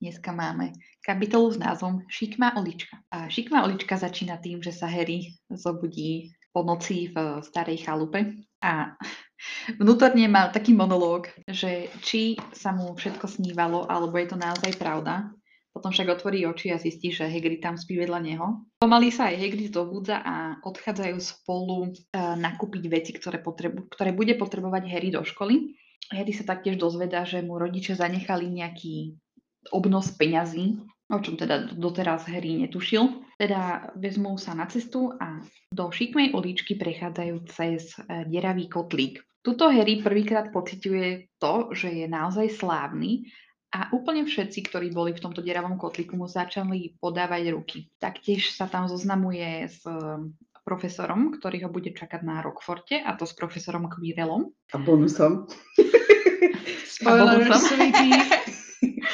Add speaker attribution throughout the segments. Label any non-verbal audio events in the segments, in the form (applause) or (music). Speaker 1: Dneska máme kapitolu s názvom Šikma Olička. A Šikma Olička začína tým, že sa Harry zobudí po noci v starej chalupe a vnútorne mal taký monológ, že či sa mu všetko snívalo, alebo je to naozaj pravda. Potom však otvorí oči a zistí, že Hagrid tam spí vedľa neho. Pomaly sa aj Hagrid zobudza a odchádzajú spolu e, nakúpiť veci, ktoré, potrebu- ktoré bude potrebovať Harry do školy. Harry sa taktiež dozvedá, že mu rodičia zanechali nejaký obnos peňazí, o čom teda doteraz Harry netušil. Teda vezmú sa na cestu a do šikmej uličky prechádzajú cez e, deravý kotlík. Tuto Harry prvýkrát pociťuje to, že je naozaj slávny a úplne všetci, ktorí boli v tomto deravom kotlíku, mu začali podávať ruky. Taktiež sa tam zoznamuje s e, profesorom, ktorý ho bude čakať na Rockforte, a to s profesorom Quirrellom.
Speaker 2: A bonusom.
Speaker 1: Spoiler,
Speaker 3: sweetie.
Speaker 1: (laughs)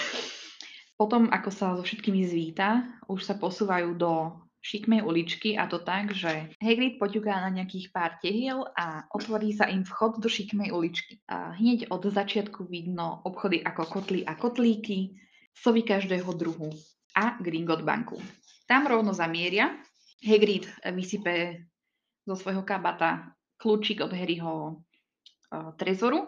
Speaker 1: Potom, ako sa so všetkými zvíta, už sa posúvajú do šikmej uličky a to tak, že Hagrid poťuká na nejakých pár tehiel a otvorí sa im vchod do šikmej uličky. A hneď od začiatku vidno obchody ako kotly a kotlíky, sovy každého druhu a Gringot banku. Tam rovno zamieria. Hagrid vysype zo svojho kabata kľúčik od Harryho e, trezoru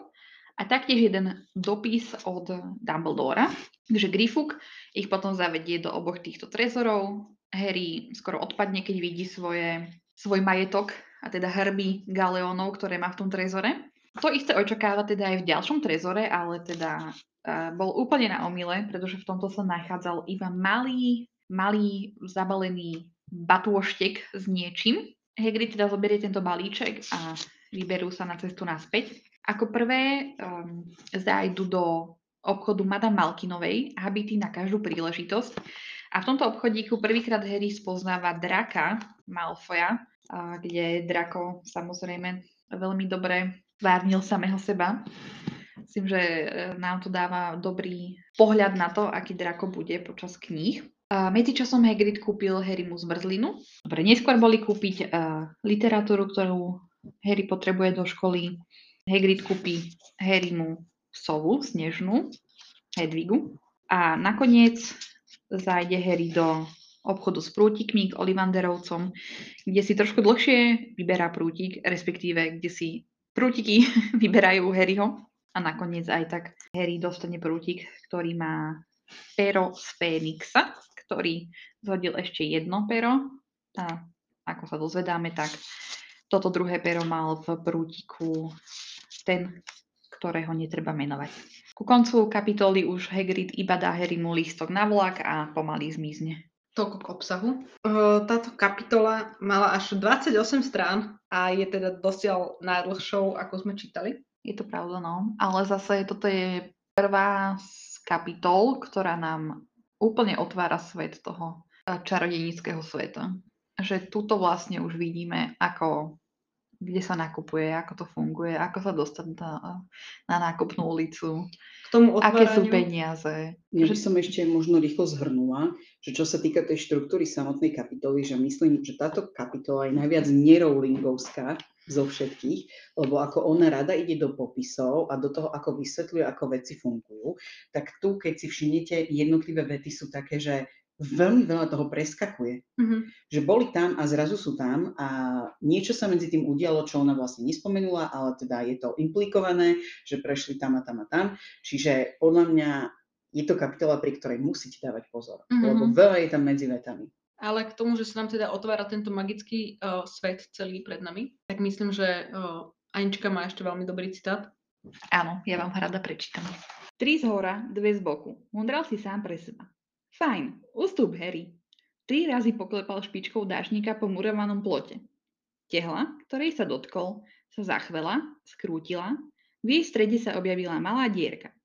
Speaker 1: a taktiež jeden dopis od Dumbledora, že Grifuk ich potom zavedie do oboch týchto trezorov. Harry skoro odpadne, keď vidí svoje, svoj majetok, a teda hrby galeónov, ktoré má v tom trezore. To isté očakáva teda aj v ďalšom trezore, ale teda eh, bol úplne na omyle, pretože v tomto sa nachádzal iba malý, malý zabalený batôštek s niečím. Hagrid teda zoberie tento balíček a vyberú sa na cestu naspäť. Ako prvé um, zájdu do obchodu Madame Malkinovej, habity na každú príležitosť. A v tomto obchodíku prvýkrát Harry spoznáva draka Malfoja, a kde Drako samozrejme veľmi dobre tvárnil samého seba. Myslím, že e, nám to dáva dobrý pohľad na to, aký Drako bude počas kníh. A medzičasom Hagrid kúpil Harrymu zmrzlinu. Dobre, neskôr boli kúpiť e, literatúru, ktorú Harry potrebuje do školy. Hagrid kúpi Harrymu sovu snežnú, Hedvigu. A nakoniec zájde Harry do obchodu s prútikmi k Olivanderovcom, kde si trošku dlhšie vyberá prútik, respektíve kde si prútiky (laughs) vyberajú Harryho. A nakoniec aj tak Harry dostane prútik, ktorý má pero z Fénixa, ktorý zhodil ešte jedno pero a ako sa dozvedáme, tak toto druhé pero mal v prútiku ten, ktorého netreba menovať. Ku koncu kapitoly už Hagrid iba dá Harrymu lístok na vlak a pomaly zmizne.
Speaker 4: Toľko k obsahu. Eh, Táto kapitola mala až 28 strán a je teda dosiaľ najdlhšou, ako sme čítali.
Speaker 1: Je to pravda, no. Ale zase toto je prvá z kapitol, ktorá nám úplne otvára svet toho e, čarodenického sveta. Že tuto vlastne už vidíme, ako kde sa nakupuje, ako to funguje, ako sa dostať na, na nákupnú ulicu,
Speaker 4: K tomu
Speaker 1: aké sú
Speaker 4: otváraniu
Speaker 1: peniaze.
Speaker 2: Ja by som ešte možno rýchlo zhrnula, že čo sa týka tej štruktúry samotnej kapitoly, že myslím, že táto kapitola je najviac nerowlingovská zo všetkých, lebo ako ona rada ide do popisov a do toho, ako vysvetľuje, ako veci fungujú, tak tu, keď si všimnete, jednotlivé vety sú také, že veľmi veľa toho preskakuje.
Speaker 4: Mhm.
Speaker 2: že boli tam a zrazu sú tam a niečo sa medzi tým udialo, čo ona vlastne nespomenula, ale teda je to implikované, že prešli tam a tam a tam. Čiže podľa mňa je to kapitola, pri ktorej musíte dávať pozor,
Speaker 4: Mhm.
Speaker 2: lebo veľa je tam medzi vetami.
Speaker 4: ale k tomu, že sa nám teda otvára tento magický eh, svet celý pred nami, tak myslím, že eh, Anička má ešte veľmi dobrý citát.
Speaker 1: Áno, ja vám ho rada prečítam. Tri z hora, dve z boku. Mundral si sám pre seba. Fajn, ustup, Harry. Tri razy poklepal špičkou dážnika po murovanom plote. Tehla, ktorej sa dotkol, sa zachvela, skrútila, v jej strede sa objavila malá dierka.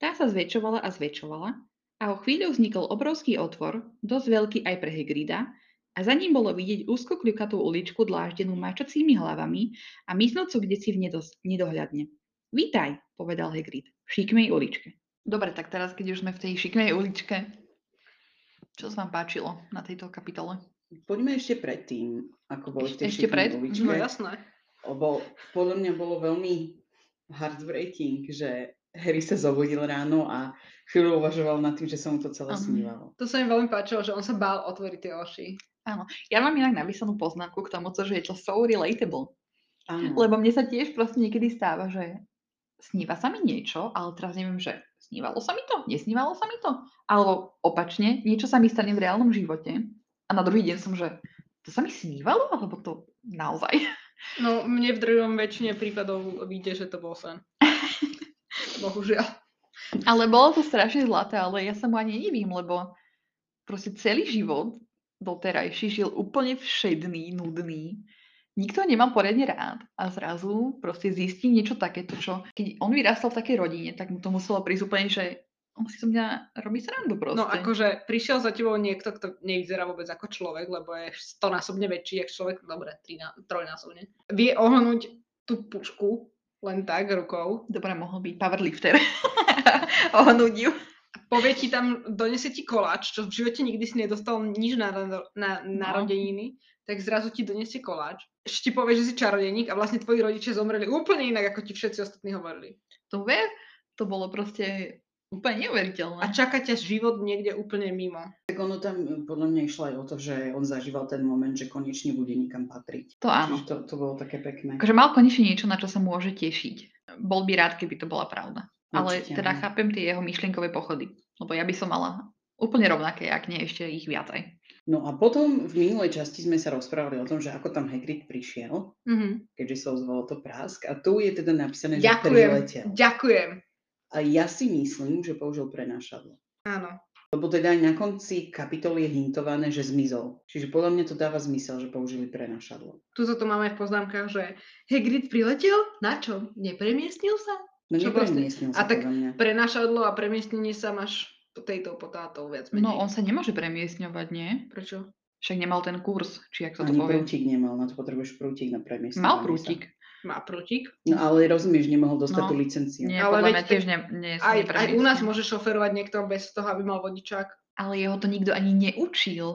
Speaker 1: Tá sa zväčšovala a zväčšovala, A o chvíľu vznikol obrovský otvor, dosť veľký aj pre Hagrida, a za ním bolo vidieť úzko kľukatú uličku dláždenú mačacími hlavami a mysnúcu kde si v nedos- nedohľadne. Vítaj, povedal Hagrid, v šikmej uličke. Dobre, tak teraz, keď už sme v tej šikmej uličke, čo sa vám páčilo na tejto kapitole?
Speaker 2: Poďme ešte predtým, ako boli v tej
Speaker 1: Ešte
Speaker 2: šikmej
Speaker 1: pred? Mhm.
Speaker 2: uličke.
Speaker 4: No jasné.
Speaker 2: Obo, podľa mňa bolo veľmi heartbreaking, že Harry sa zobudil ráno a chvíľu uvažoval nad tým, že sa mu to celé
Speaker 1: Áno.
Speaker 2: snívalo.
Speaker 4: To sa mi veľmi páčilo, že on sa bál otvoriť tie oši.
Speaker 1: Ja mám inak napísanú poznámku k tomu, že je to so relatable.
Speaker 2: Áno.
Speaker 1: Lebo mne sa tiež proste niekedy stáva, že sníva sa mi niečo, ale teraz neviem, že snívalo sa mi to, nesnívalo sa mi to. Alebo opačne, niečo sa mi stane v reálnom živote a na druhý deň som, že to sa mi snívalo, alebo to naozaj.
Speaker 4: No, mne v druhom väčšine prípadov vyjde, že to bol
Speaker 1: (laughs)
Speaker 4: sen. Bohužiaľ.
Speaker 1: Ale bolo to strašne zlaté, ale ja sa mu ani nedivím, lebo proste celý život doterajší žil úplne všedný, nudný. Nikto ho nemá poriadne rád a zrazu proste zistí niečo takéto, čo keď on vyrastal v takej rodine, tak mu to muselo prísť úplne, že on si so mňa robí srandu proste.
Speaker 4: No akože prišiel za tebou niekto, kto nevyzerá vôbec ako človek, lebo je stonásobne väčší jak človek, dobre, trina- trojnásobne. Vie ohnúť tú pušku len tak rukou.
Speaker 1: Dobre, mohol byť powerlifter. (laughs) Ohnúť ju.
Speaker 4: Povie ti tam, donese ti koláč, čo v živote nikdy si nedostal nič na, na- na narodeniny, tak zrazu ti donesie koláč. Ešte ti povie, že si čarodeník a vlastne tvoji rodičia zomreli úplne inak, ako ti všetci ostatní hovorili.
Speaker 1: To ver, to bolo proste úplne neuveriteľné.
Speaker 4: A čaká ťa život niekde úplne mimo.
Speaker 2: Tak ono tam eh, podľa mňa išlo aj o to, že on zažíval ten moment, že konečne bude nikam patriť.
Speaker 1: To No áno.
Speaker 2: Čiže To, to bolo také pekné.
Speaker 1: Akože mal konečne niečo, na čo sa môže tešiť. Bol by rád, keby to bola pravda. Ale
Speaker 2: Určite
Speaker 1: teda
Speaker 2: áno.
Speaker 1: chápem tie jeho myšlienkové pochody. Lebo ja by som mala úplne rovnaké, ak nie ešte ich viac aj.
Speaker 2: No a potom v minulej časti sme sa rozprávali o tom, že ako tam Hagrid prišiel,
Speaker 4: Mhm.
Speaker 2: keďže sa ozvalo to prásk. A tu je teda napísané, že priletel.
Speaker 4: Ďakujem, ďakujem.
Speaker 2: A ja si myslím, že použil prenášadlo.
Speaker 4: Áno.
Speaker 2: Lebo teda aj na konci kapitoly je hintované, že zmizol. Čiže podľa mňa to dáva zmysel, že použili prenašadlo.
Speaker 4: Tuto to máme v poznámkach, že Hagrid priletel? Na čo? Nepremiestnil sa?
Speaker 2: No
Speaker 4: Čo proste-
Speaker 2: nepremiestnil
Speaker 4: a
Speaker 2: sa
Speaker 4: tak-
Speaker 2: podľa mňa.
Speaker 4: Prenašadlo a premiestnenie sa máš po tejto potátou viac menej.
Speaker 1: No on sa nemôže premiesňovať, nie?
Speaker 4: Prečo?
Speaker 1: Však nemal ten kurz, či ak sa to
Speaker 2: Ani
Speaker 1: povie.
Speaker 2: prútik nemal, na to potrebuješ prútik na premiestnenie.
Speaker 1: Mal prútik.
Speaker 4: Má prútik.
Speaker 2: No ale rozumieš, nemohol dostať
Speaker 1: No,
Speaker 2: tú licenciu.
Speaker 1: Nie,
Speaker 4: Ale
Speaker 1: podľa
Speaker 4: veď
Speaker 1: mňa
Speaker 4: tak
Speaker 1: tiež ne, nie, sa
Speaker 4: Aj, aj u nás
Speaker 1: nepremiestňuje.
Speaker 4: môže šoferovať niekto bez toho, aby mal vodičák.
Speaker 1: Ale jeho to nikto ani neučil.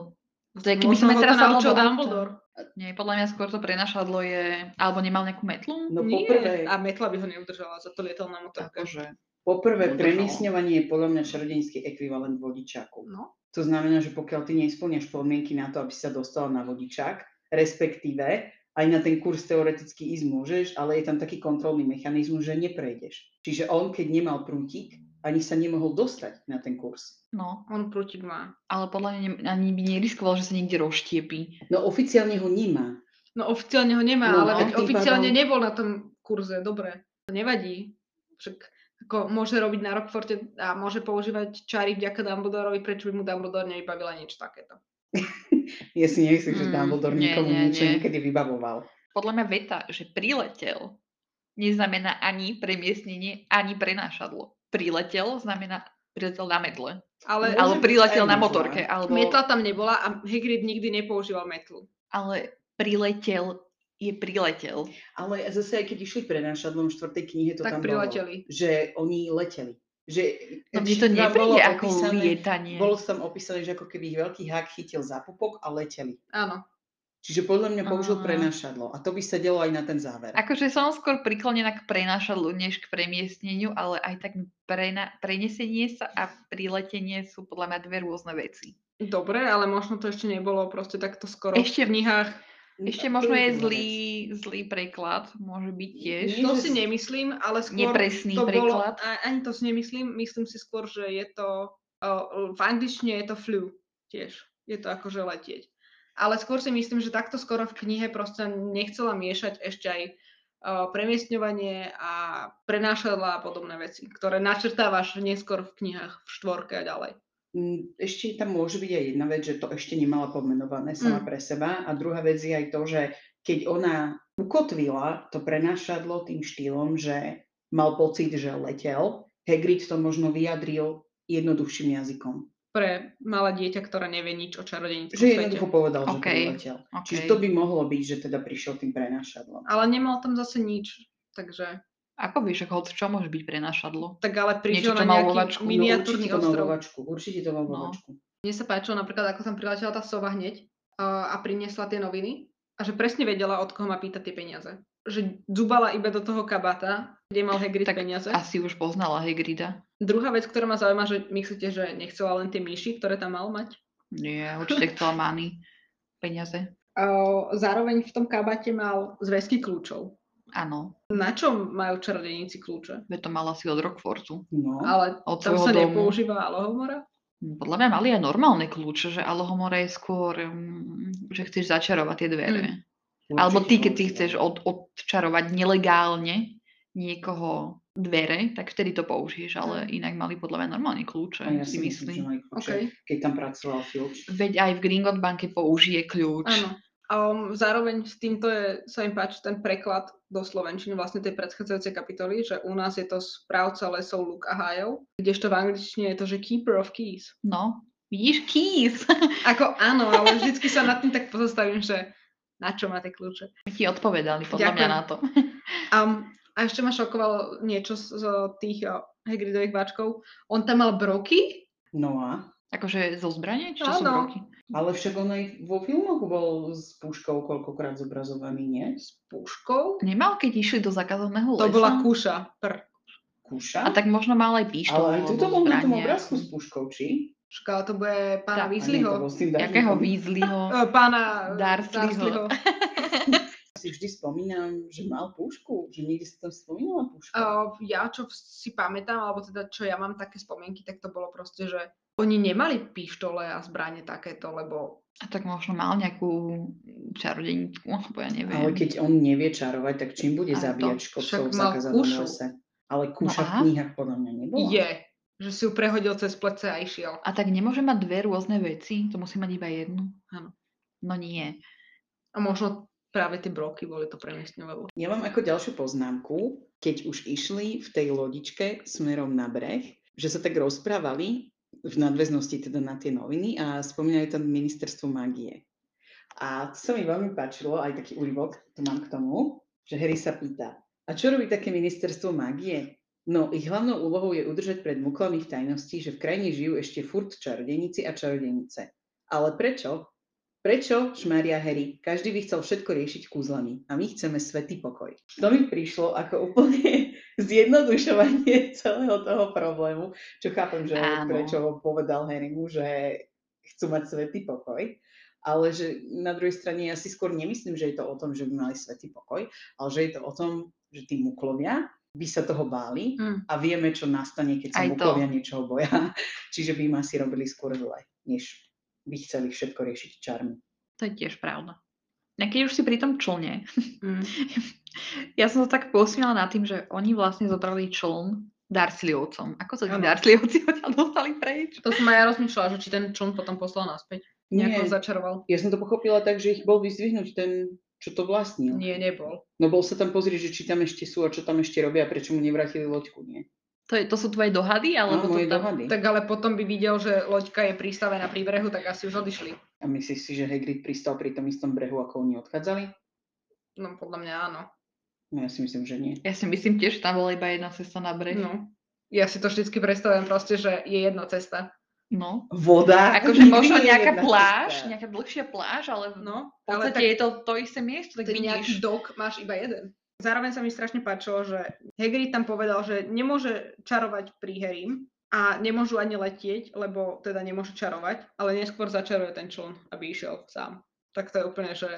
Speaker 1: To je, keby
Speaker 4: Možno
Speaker 1: sme
Speaker 4: ho to
Speaker 1: teraz sadlo
Speaker 4: naučil
Speaker 1: do auta.
Speaker 4: Dumbledore.
Speaker 1: Nie, podľa mňa skôr to prenašadlo je... Alebo nemal nejakú metlu?
Speaker 2: No
Speaker 4: Nie.
Speaker 2: poprvé,
Speaker 4: A metla by ho neudržala, za to lietal na motorke.
Speaker 1: Akože...
Speaker 2: poprvé
Speaker 1: Udržalo.
Speaker 2: premiestňovanie je podľa mňa čarodejnícky ekvivalent vodičákov.
Speaker 4: No.
Speaker 2: To znamená, že pokiaľ ty nesplňaš podmienky na to, aby si sa dostal na vodičák, respektíve aj na ten kurz teoreticky ísť môžeš, ale je tam taký kontrolný mechanizmus, že neprejdeš. Čiže on, keď nemal prútik, ani sa nemohol dostať na ten kurz.
Speaker 1: No,
Speaker 4: On prútik má.
Speaker 1: ale podľa mňa ne, ani by neriskoval, že sa niekde rozštiepí.
Speaker 2: No oficiálne ho nemá.
Speaker 4: No oficiálne ho nemá,
Speaker 2: No,
Speaker 4: ale
Speaker 2: no,
Speaker 4: veď
Speaker 2: tým
Speaker 4: oficiálne
Speaker 2: pádom-
Speaker 4: nebol na tom kurze, dobre. To nevadí. Však ako môže robiť na Rockforte a môže používať čary vďaka Dumbledorovi, prečo by mu Dumbledore nevybavila niečo takéto.
Speaker 2: Ja si nemyslím, že
Speaker 1: Mm,
Speaker 2: Dumbledore
Speaker 1: nie,
Speaker 2: nikomu
Speaker 1: nie,
Speaker 2: niečo
Speaker 1: nie.
Speaker 2: niekedy vybavoval.
Speaker 1: podľa mňa veta, že priletel, neznamená ani premiestnenie, ani prenášadlo. Priletel znamená priletel na medle.
Speaker 4: Ale,
Speaker 2: No,
Speaker 1: Alebo priletel
Speaker 2: aj
Speaker 1: na
Speaker 2: medla.
Speaker 1: motorke. Alebo,
Speaker 4: metla tam nebola a Hagrid nikdy nepoužíval metlu.
Speaker 1: ale priletel je priletel.
Speaker 2: Ale zase aj keď išli prenášadlom v štvrtej knihe, to
Speaker 4: tak
Speaker 2: tam bolo,
Speaker 4: prileteli.
Speaker 2: že oni leteli. Že,
Speaker 1: No mne to
Speaker 2: že tam bolo
Speaker 1: nepríde ako
Speaker 2: opísané-
Speaker 1: lietanie.
Speaker 2: Bolo to tam opísané, že ako keby ich veľký hák chytil za pupok a leteli.
Speaker 4: Áno.
Speaker 2: Čiže podľa mňa
Speaker 1: Á.
Speaker 2: použil prenašadlo. A to by sa delo aj na ten záver.
Speaker 1: Akože som skôr priklonená k prenášadlu, než k premiestneniu, ale aj tak prena- prenesenie sa a priletenie sú podľa mňa dve rôzne veci.
Speaker 4: Dobre, ale možno to ešte nebolo proste takto skoro
Speaker 1: Ešte-
Speaker 4: v knihách.
Speaker 1: Ešte
Speaker 2: No,
Speaker 1: možno
Speaker 2: to
Speaker 1: je
Speaker 2: druhá
Speaker 1: zlý,
Speaker 2: vec.
Speaker 1: zlý preklad, môže byť tiež.
Speaker 2: Nie,
Speaker 4: To
Speaker 2: že
Speaker 4: si
Speaker 2: s-
Speaker 4: nemyslím, ale skôr...
Speaker 1: Nepresný
Speaker 4: to
Speaker 1: preklad.
Speaker 4: Bolo, a- ani to si nemyslím, myslím si skôr, že je to... Uh, v angličtine je to flew tiež. Je to akože letieť. Ale skôr si myslím, že takto skoro v knihe proste nechcela miešať ešte aj uh, premiestňovanie a prenášadla a podobné veci, ktoré načrtávaš neskôr v knihách v štvorke a ďalej.
Speaker 2: Mm, Ešte tam môže byť aj jedna vec, že to ešte nemala pomenované sama
Speaker 4: Mm.
Speaker 2: pre seba. A druhá vec je aj to, že keď ona ukotvila to prenášadlo tým štýlom, že mal pocit, že letel, Hagrid to možno vyjadril jednoduchším jazykom.
Speaker 4: pre malé dieťa, ktoré nevie nič o
Speaker 2: Že
Speaker 4: čarodejnici vo svete.
Speaker 2: jednoducho povedal, že
Speaker 1: OK.
Speaker 2: priletel.
Speaker 1: Okay.
Speaker 2: Čiže to by mohlo byť, že teda prišiel tým prenášadlom.
Speaker 4: Ale nemal tam zase nič. Takže,
Speaker 1: Ako vieš, ako od čo môže byť prenašadlo?
Speaker 4: tak ale prišiel
Speaker 1: Niečo to
Speaker 4: na
Speaker 1: mal
Speaker 4: nejaký
Speaker 1: vovačku. No,
Speaker 4: miniatúrny
Speaker 2: no, určite to mal
Speaker 4: ostrov.
Speaker 2: vovačku, určite to mal
Speaker 1: No.
Speaker 2: vovačku.
Speaker 4: Mne sa páčilo napríklad, ako tam priletela tá sova hneď uh, a priniesla tie noviny a že presne vedela, od koho má pýtať tie peniaze. Že dubala iba do toho kabata,
Speaker 1: (laughs)
Speaker 4: kde mal Hagrid
Speaker 1: Tak
Speaker 4: peniaze.
Speaker 1: Asi už poznala Hagrida.
Speaker 4: Druhá vec, ktorá ma zaujíma, že myslíte, že nechcela len tie myši, ktoré tam mal mať?
Speaker 1: Nie,
Speaker 2: (laughs)
Speaker 1: určite chcela Mani peniaze.
Speaker 4: Uh, zároveň v tom kabate mal zväzky kľúčov.
Speaker 1: Áno,
Speaker 4: Na čo majú čarodejníci kľúče?
Speaker 1: veď to mala si od Rockfortu.
Speaker 2: No,
Speaker 4: Ale
Speaker 1: Od
Speaker 4: tam
Speaker 1: svojho
Speaker 4: sa
Speaker 1: domu. Mm,
Speaker 4: nepoužíva alohomora?
Speaker 1: Podľa mňa mali aj normálne kľúče, že Alohomora je skôr, mm, že chceš začarovať tie dvere.
Speaker 4: Mm.
Speaker 2: určite
Speaker 1: Alebo ty,
Speaker 2: to
Speaker 1: keď si
Speaker 2: mal
Speaker 1: chceš
Speaker 2: vovačku.
Speaker 1: od, odčarovať nelegálne niekoho dvere, tak vtedy to použiješ, ale inak mali podľa mňa normálne kľúče,
Speaker 2: Mm. A ja
Speaker 1: si
Speaker 2: myslím, že
Speaker 1: myslím.
Speaker 2: mali kľúče,
Speaker 4: OK.
Speaker 2: keď tam pracoval Filč.
Speaker 1: Veď aj v Gringot banke použije kľúč.
Speaker 4: Áno. A um, zároveň s týmto je, sa im páči ten preklad do Slovenčiny vlastne tej predchádzajúcej kapitoly, že u nás je to správca lesov, luk a hájov, kdežto v angličtine je to, že keeper of keys.
Speaker 1: No, vidíš, keys.
Speaker 4: Ako áno, ale vždycky sa nad tým tak pozastavím, že na čo máte kľúče.
Speaker 1: Ti odpovedali podľa mňa
Speaker 4: Ďakujem.
Speaker 1: na to.
Speaker 4: Um, a ešte ma šokovalo niečo z, z tých uh, Hagridových váčkov. On tam mal broky?
Speaker 2: No a?
Speaker 1: Akože zo zbranie? Či čo sú
Speaker 4: Áno.
Speaker 1: broky?
Speaker 2: Ale však on aj vo filmoch bol s puškou koľkokrát zobrazovaný, nie?
Speaker 4: S puškou?
Speaker 1: Nemal, keď išli do zakázaného
Speaker 4: To
Speaker 1: lesa?
Speaker 4: bola kúša. Pr.
Speaker 1: A
Speaker 2: Kúša.
Speaker 1: tak možno mal aj píštol.
Speaker 2: ale aj
Speaker 1: alebo
Speaker 2: tuto bol na tom
Speaker 1: zbranie.
Speaker 2: obrázku s puškou, či?
Speaker 4: Škoda, to bude
Speaker 1: Tá.
Speaker 4: pána
Speaker 2: A nie, to bol
Speaker 4: Weasleyho.
Speaker 2: s tým
Speaker 1: Jakého
Speaker 2: Dartmouthom.
Speaker 1: Weasleyho?
Speaker 4: Eh, Pána eh,
Speaker 1: Dursleyho.
Speaker 4: Dursleyho.
Speaker 2: si vždy spomínam, že mal pušku, že niekde sa tam spomínala puška.
Speaker 4: Uh, ja čo v- si pamätám, alebo teda čo ja mám také spomienky, tak to bolo proste, že oni nemali pištole a zbranie takéto, lebo
Speaker 1: A tak možno mal nejakú čarodejníčku, alebo ja neviem.
Speaker 2: Ale keď on nevie čarovať, tak čím bude
Speaker 1: Ale to-
Speaker 2: zabíjať škodcov
Speaker 4: však
Speaker 2: v
Speaker 4: mal
Speaker 2: zakázanom
Speaker 4: kúšu.
Speaker 2: lese? Ale kúša
Speaker 1: No
Speaker 2: v
Speaker 1: aha.
Speaker 2: knihách podľa mňa nebola.
Speaker 4: je, že si ju prehodil cez plece a išiel.
Speaker 1: A tak nemôže mať dve rôzne veci, to musí mať iba jednu.
Speaker 4: Áno.
Speaker 1: No nie.
Speaker 4: A možno práve tie broky boli to premiestňovalo.
Speaker 2: Ja mám ako ďalšiu poznámku, keď už išli v tej lodičke smerom na breh, že sa tak rozprávali v nadväznosti teda na tie noviny a spomínali tam ministerstvo magie. A to sa mi veľmi páčilo, aj taký úryvok, to mám k tomu, že Harry sa pýta, a čo robí také ministerstvo magie? No, ich hlavnou úlohou je udržať pred muklami v tajnosti, že v krajine žijú ešte furt čarodenici a čarodenice. Ale prečo? Prečo, šmária Harry, každý by chcel všetko riešiť kúzlami a my chceme svetý pokoj. To mi prišlo ako úplne (laughs) zjednodušovanie celého toho problému, čo chápem, že
Speaker 1: Áno.
Speaker 2: prečo povedal Harrymu, že chcú mať svetý pokoj, ale že na druhej strane ja si skôr nemyslím, že je to o tom, že by mali svetý pokoj, ale že je to o tom, že tí muklovia by sa toho báli
Speaker 4: Mm.
Speaker 2: a vieme, čo nastane, keď
Speaker 1: Aj
Speaker 2: sa
Speaker 1: to.
Speaker 2: muklovia niečoho boja. (laughs) Čiže by im asi robili skôr zle, než by chceli všetko riešiť čarmi.
Speaker 1: To je tiež pravda. A keď už si pri tom člne,
Speaker 4: Mm.
Speaker 1: ja som sa tak posmiala nad tým, že oni vlastne zobrali čln Darciliovcom. Ako sa tí
Speaker 4: Áno.
Speaker 1: Darciliovci (laughs) odtiaľ dostali preč?
Speaker 4: To som aj ja rozmýšľala, že či ten čln potom poslal naspäť. Nejako
Speaker 2: Nie,
Speaker 4: ho začaroval.
Speaker 2: ja som to pochopila tak, že ich bol vyzdvihnúť ten, čo to vlastnil.
Speaker 4: Nie, nebol.
Speaker 2: No bol sa tam pozrieť, že či tam ešte sú a čo tam ešte robia a prečo mu nevrátili loďku, nie?
Speaker 1: To, je, to sú tvoje dohady? Alebo
Speaker 2: no,
Speaker 1: to
Speaker 2: moje
Speaker 1: tam...
Speaker 2: dohady.
Speaker 4: Tak ale potom by videl, že loďka je pristavená pri brehu, tak asi už odišli.
Speaker 2: A myslíš si, že Hagrid pristal pri tom istom brehu, ako oni odchádzali?
Speaker 4: No podľa mňa áno.
Speaker 2: No ja si myslím, že nie.
Speaker 1: Ja si myslím tiež, že tam bola iba jedna cesta na breh. No.
Speaker 4: No. Ja si to vždycky predstavujem proste, že je jedna cesta.
Speaker 1: no.
Speaker 2: Voda.
Speaker 1: Akože
Speaker 2: nikdy
Speaker 1: možno
Speaker 2: nie (laughs) je
Speaker 1: nejaká
Speaker 2: jedna
Speaker 1: pláž,
Speaker 2: cesta.
Speaker 1: nejaká dlhšia pláž, ale v
Speaker 4: No, ale
Speaker 1: podstate
Speaker 4: tak
Speaker 1: je to to isté miesto, tak
Speaker 4: ten
Speaker 1: vidíš.
Speaker 4: nejaký dok máš iba jeden. Zároveň sa mi strašne páčilo, že Hagrid tam povedal, že nemôže čarovať pri Harrym a nemôžu ani letieť, lebo teda nemôže čarovať, ale neskôr začaruje ten čln, aby išiel sám. Tak to je úplne, že...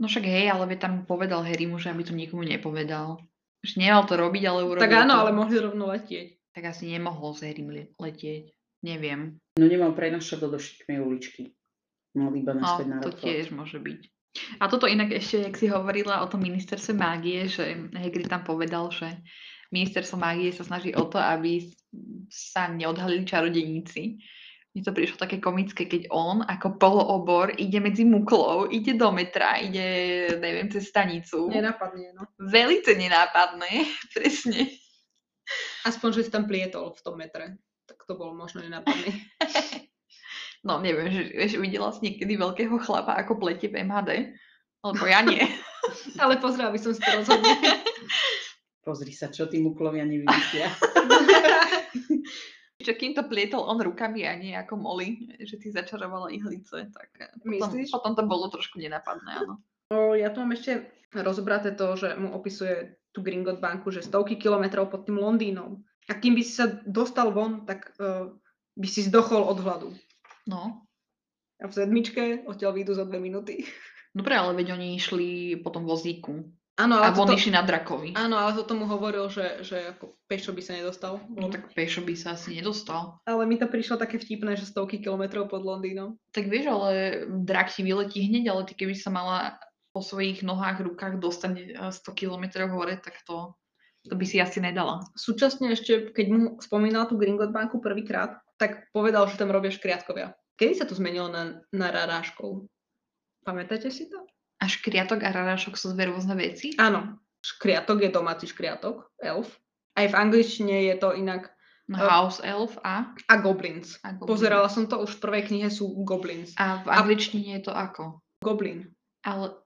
Speaker 1: No však hej, ale by tam povedal Harrymu, že aby to nikomu nepovedal. Už nemal to robiť, ale urobil
Speaker 4: tak
Speaker 1: to.
Speaker 4: áno, ale mohli rovno letieť.
Speaker 1: Tak asi nemohol s Harrym le- letieť. Neviem.
Speaker 2: No nemal prenašať do šikmej uličky. Mal iba
Speaker 1: No,
Speaker 2: naspäť na
Speaker 1: to
Speaker 2: rok.
Speaker 1: tiež môže byť. A toto inak ešte, jak si hovorila o tom ministerstve mágie, že Hagrid tam povedal, že ministerstvo mágie sa snaží o to, aby s- sa neodhalili čarodejníci. Mne to prišlo také komické, keď on ako poloobor ide medzi muklov, ide do metra, ide, neviem, cez stanicu.
Speaker 4: Nenapadne, no.
Speaker 1: Velice nenápadné, (laughs) presne.
Speaker 4: Aspoň, že si tam plietol v tom metre. Tak to bolo možno nenapadný.
Speaker 1: (laughs) No neviem, že vieš, videla si niekedy veľkého chlapa, ako pletie v MHD? Lebo ja nie.
Speaker 4: Ale pozrela by som si to rozhodne.
Speaker 1: (laughs)
Speaker 2: Pozri sa, čo tí muklovia nevymyslia.
Speaker 1: (laughs) Čo kým to plietol on rukami a nie ako Molly, že ty začarovala ihlice, tak eh, potom,
Speaker 4: Myslíš?
Speaker 1: potom to bolo trošku nenapadné, áno.
Speaker 4: O, ja tu mám ešte rozbraté to, že mu opisuje tú Gringot banku, že stovky kilometrov pod tým Londýnom. A kým by si sa dostal von, tak uh, by si zdochol od hladu.
Speaker 1: No,
Speaker 4: A v sedmičke odtiaľ výjdu za dve minúty.
Speaker 1: dobre, ale veď oni išli potom vozíku.
Speaker 4: Áno,
Speaker 1: A
Speaker 4: No, ale,
Speaker 1: von
Speaker 4: to,
Speaker 1: išli na drakovi.
Speaker 4: áno, ale to tomu hovoril, že, že ako pešo by sa nedostal.
Speaker 1: No tak pešo by sa asi nedostal.
Speaker 4: Ale mi to prišlo také vtipné, že stovky kilometrov pod Londýnom.
Speaker 1: Tak vieš, ale drak ti vyletí hneď, ale ty keby sa mala po svojich nohách, rukách dostať eh, 100 km hore, tak to, to by si asi nedala.
Speaker 4: Súčasne ešte, keď mu spomínal tú Gringot banku prvýkrát, tak povedal, že tam robia škriatkovia. Kedy sa to zmenilo na, na raráškov? Pamätáte si to?
Speaker 1: A škriatok a rarášok sú dve rôzne veci?
Speaker 4: Áno, škriatok je domáci škriatok, elf. Aj v angličtine je to inak
Speaker 1: No,
Speaker 4: a-
Speaker 1: House elf a...
Speaker 4: a goblins.
Speaker 1: a goblin.
Speaker 4: Pozerala som to už v prvej knihe sú goblins.
Speaker 1: A v angličtine je to ako?
Speaker 4: Goblin.
Speaker 1: Ale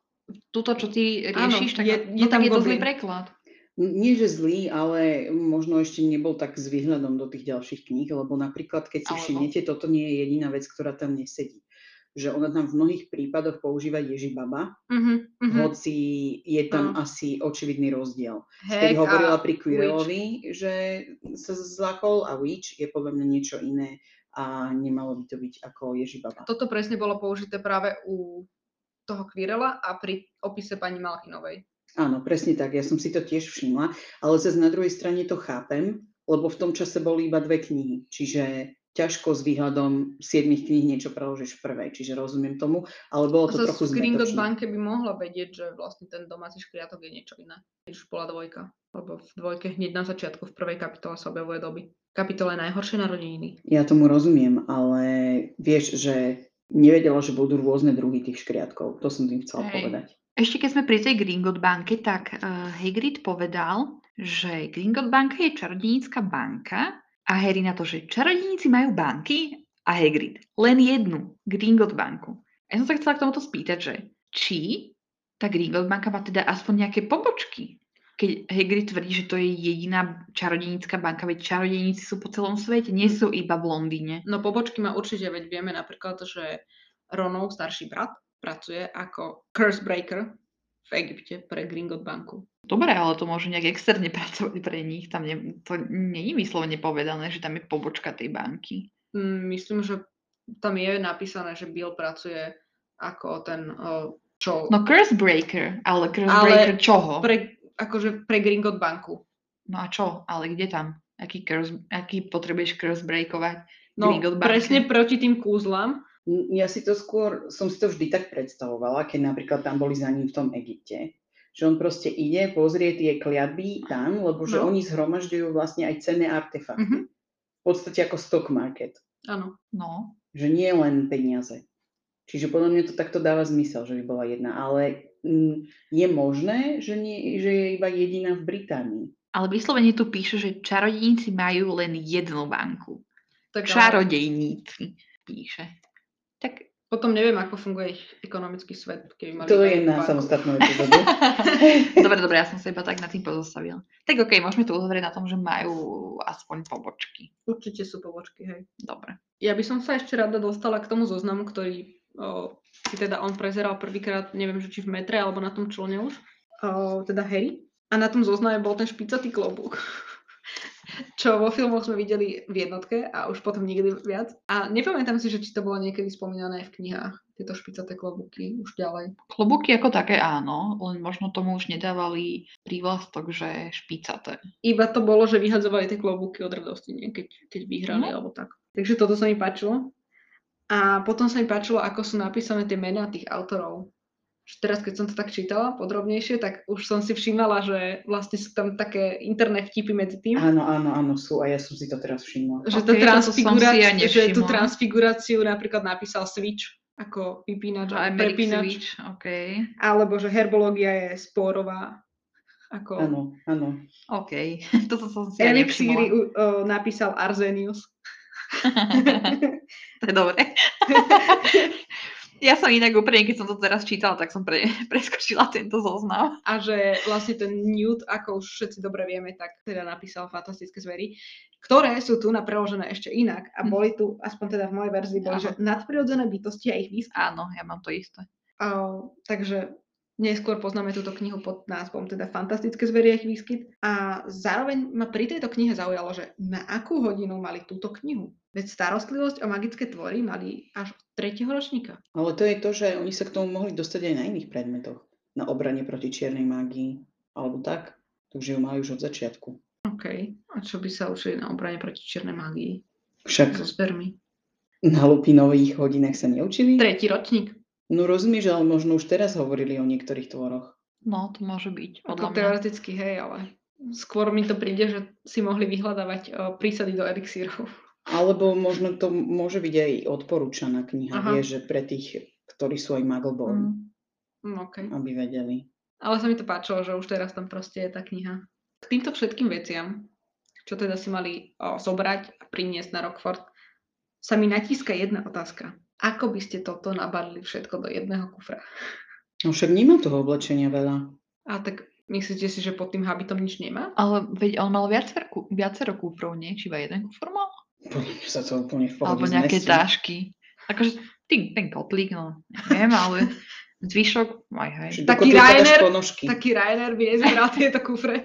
Speaker 1: tuto, čo ty
Speaker 4: Áno,
Speaker 1: riešiš, tak,
Speaker 4: je-
Speaker 1: no
Speaker 4: je
Speaker 1: tak
Speaker 4: tam
Speaker 1: je to zlý
Speaker 4: goblin.
Speaker 1: preklad.
Speaker 2: (laughs) N- Nie, že zlý, ale možno ešte nebol tak s výhľadom do tých ďalších kníh, lebo napríklad, keď si
Speaker 1: Alebo-
Speaker 2: všimnete, toto nie je jediná vec, ktorá tam nesedí. Že ona tam v mnohých prípadoch používa Ježibaba,
Speaker 4: Uh-huh,
Speaker 1: Mhm.
Speaker 2: mm-hmm. hoci je tam
Speaker 4: Áno.
Speaker 2: asi očividný rozdiel.
Speaker 4: Hek
Speaker 2: Keď hovorila
Speaker 4: a...
Speaker 2: pri Quirrellovi, že sa zlakol a Witch je podľa mňa niečo iné a nemalo by to byť ako Ježibaba.
Speaker 4: Toto presne bolo použité práve u toho Quirrella a pri opise pani Malkinovej.
Speaker 2: Áno, presne tak, ja som si to tiež všimla, ale zase na druhej strane to chápem, lebo v tom čase boli iba dve knihy, čiže ťažko s výhľadom siedmých kníh niečo preložíš v prvej, čiže rozumiem tomu, ale bolo to
Speaker 4: Zas
Speaker 2: trochu
Speaker 4: v Gringot
Speaker 2: zmetočné.
Speaker 4: banke by mohla vedieť, že vlastne ten domáci škriatok je niečo iné. Keď už bola dvojka. Lebo v dvojke hneď na začiatku v prvej kapitole sa objavuje doby. Kapitole najhoršie narodeniny.
Speaker 2: Ja tomu rozumiem, ale vieš, že nevedela, že budú rôzne druhy tých škriatkov, to som tým chcela
Speaker 1: Hej.
Speaker 2: povedať.
Speaker 1: Ešte keď sme pri tej Gringot banke, tak uh, Hagrid povedal, že Gringot banka je čarodejnícka banka a Harry na to, že čarodejníci majú banky a Hagrid len jednu Gringot banku. A ja som sa chcela k tomuto spýtať, že či tá Gringot banka má teda aspoň nejaké pobočky? Keď Hagrid tvrdí, že to je jediná čarodejnícka banka, veď čarodejníci sú po celom svete, nie sú iba v Londýne.
Speaker 4: No pobočky má určite, veď vieme napríklad, že Ronov starší brat pracuje ako curse breaker v Egypte pre Gringot banku.
Speaker 1: Dobre, ale to môže nejak externe (laughs) pracovať pre nich. Tam ne, to nie je vyslovene povedané, že tam je pobočka tej banky.
Speaker 4: Mm, Myslím, že tam je napísané, že Bill pracuje ako ten, eh, čo
Speaker 1: No Curse Breaker, ale Curse
Speaker 4: Ale
Speaker 1: Breaker čoho?
Speaker 4: pre, akože pre Gringot banku.
Speaker 1: No a čo? Ale kde tam? Aký, curse, aký potrebuješ Curse Breakovať?
Speaker 4: No,
Speaker 1: Gringot banke.
Speaker 4: presne proti tým kúzlam,
Speaker 2: N- Ja si to skôr, som si to vždy tak predstavovala, keď napríklad tam boli za ním v tom Egypte. Že on proste ide, pozrie tie kliatby tam, lebo že
Speaker 4: No.
Speaker 2: oni zhromažďujú vlastne aj cenné artefakty.
Speaker 4: Mhm.
Speaker 2: V podstate ako stock market.
Speaker 4: áno.
Speaker 1: No,
Speaker 2: Že nie len peniaze. Čiže podľa mňa to takto dáva zmysel, že by bola jedna. Ale mm, je možné, že, nie, že je iba jediná v Británii.
Speaker 1: ale vyslovene tu píše, že čarodejníci majú len jednu banku.
Speaker 4: Tak ale
Speaker 1: Čarodejníci píše. Tak (laughs)
Speaker 4: potom neviem, ako funguje ich ekonomický svet, keby mali...
Speaker 2: To
Speaker 4: iba
Speaker 2: je
Speaker 4: jednu
Speaker 2: na
Speaker 4: banku.
Speaker 2: samostatnú epizódu.
Speaker 4: (laughs)
Speaker 1: dobre, dobre, ja som sa iba tak na tým pozostavila. Tak okej, môžeme to uzavrieť na tom, že majú aspoň pobočky.
Speaker 4: Určite sú pobočky, hej.
Speaker 1: Dobre.
Speaker 4: Ja by som sa ešte rada dostala k tomu zoznamu, ktorý o, si teda on prezeral prvýkrát, neviem, že či v metre alebo na tom člone už, o, teda Harry. A na tom zozname bol ten špicatý klobúk, (laughs) čo vo filmoch sme videli v jednotke a už potom nikdy viac. A nepamätám si, že či to bolo niekedy spomínané v knihách, tieto špicaté klobúky už ďalej.
Speaker 1: Klobúky ako také áno, len možno tomu už nedávali prívlastok, že špicaté.
Speaker 4: Iba to bolo, že vyhadzovali tie klobúky od radosti, nie? Keď, keď vyhrali
Speaker 1: No.
Speaker 4: alebo tak. Takže toto sa mi páčilo. A potom sa mi páčilo, ako sú napísané tie mená tých autorov. Že teraz, keď som to tak čítala podrobnejšie, tak už som si všimala, že vlastne sú tam také interné vtipy medzi tým.
Speaker 2: áno, áno, áno, sú. A ja som si to teraz všimla.
Speaker 4: Že, tá
Speaker 1: Ok, to som si ja
Speaker 4: transfigurácia, že tú
Speaker 1: nevšimla.
Speaker 4: transfiguráciu napríklad napísal Switch ako vypínač a prepínač.
Speaker 1: Switch, OK.
Speaker 4: Alebo že herbológia je spórová ako
Speaker 2: Áno, áno.
Speaker 1: OK, (laughs) toto som si ja
Speaker 4: elixíry
Speaker 1: nevšimla.
Speaker 4: u- o, napísal Arzenius.
Speaker 1: (laughs) to je (laughs) dobre. ja som inak úplne, keď som to teraz čítala, tak som pre, (laughs) preskočila tento zoznam.
Speaker 4: a že vlastne ten Newt, ako už všetci dobre vieme, tak teda napísal Fantastické zvery, ktoré sú tu na preložené ešte inak a boli tu, aspoň teda v mojej verzii, boli, že nadprirodzené bytosti a ich výskum.
Speaker 1: Áno, ja mám to isté.
Speaker 4: A, takže neskôr poznáme túto knihu pod názvom teda Fantastické zvery a ich výskyt. A zároveň ma pri tejto knihe zaujalo, že na akú hodinu mali túto knihu. Veď starostlivosť o magické tvory mali až od tretieho ročníka.
Speaker 2: Ale to je to, že oni sa k tomu mohli dostať aj na iných predmetoch. Na obrane proti čiernej mágii. Alebo tak. Takže ju mali už od začiatku.
Speaker 4: OK. A čo by sa učili na obrane proti čiernej mágii
Speaker 2: Však
Speaker 4: so zvermi? Mhm.
Speaker 2: na lupinových hodinách sa neučili?
Speaker 4: Tretí ročník.
Speaker 2: No rozumieš, ale možno už teraz hovorili o niektorých tvoroch.
Speaker 1: No, to môže byť. Podľa
Speaker 4: Ako
Speaker 1: mňa.
Speaker 4: teoreticky, hej, ale skôr mi to príde, že si mohli vyhľadávať o, prísady do elixírov. (laughs)
Speaker 2: Alebo možno to môže byť aj odporúčaná kniha,
Speaker 4: Aha.
Speaker 2: Aha. vieš, že pre tých, ktorí sú aj Muggleborn,
Speaker 1: Mm.
Speaker 4: No, okay.
Speaker 2: aby vedeli.
Speaker 4: Ale sa mi to páčilo, že už teraz tam proste je tá kniha. K týmto všetkým veciam, čo teda si mali o, zobrať a priniesť na Rockford, sa mi natíska jedna otázka. Ako by ste toto nabalili všetko do jedného kufra?
Speaker 2: No však nemá toho oblečenia veľa.
Speaker 4: A tak myslíte si, že pod tým habitom nič nemá?
Speaker 1: Ale veď on mal viacero, ku- viacero kúprov, nie? Či iba jeden kúfor mal?
Speaker 2: Podľa mňa sa to úplne v pohode
Speaker 1: Alebo nejaké
Speaker 2: zmestí.
Speaker 1: tášky. Akože ty, ten kotlík, no neviem, ale zvyšok, aj hej.
Speaker 2: Že
Speaker 4: Taký
Speaker 2: dokopy upadáš
Speaker 4: Ryanair-
Speaker 2: ponožky.
Speaker 1: Hm.
Speaker 4: Taký Rainer vie zbral (laughs) tieto kufre.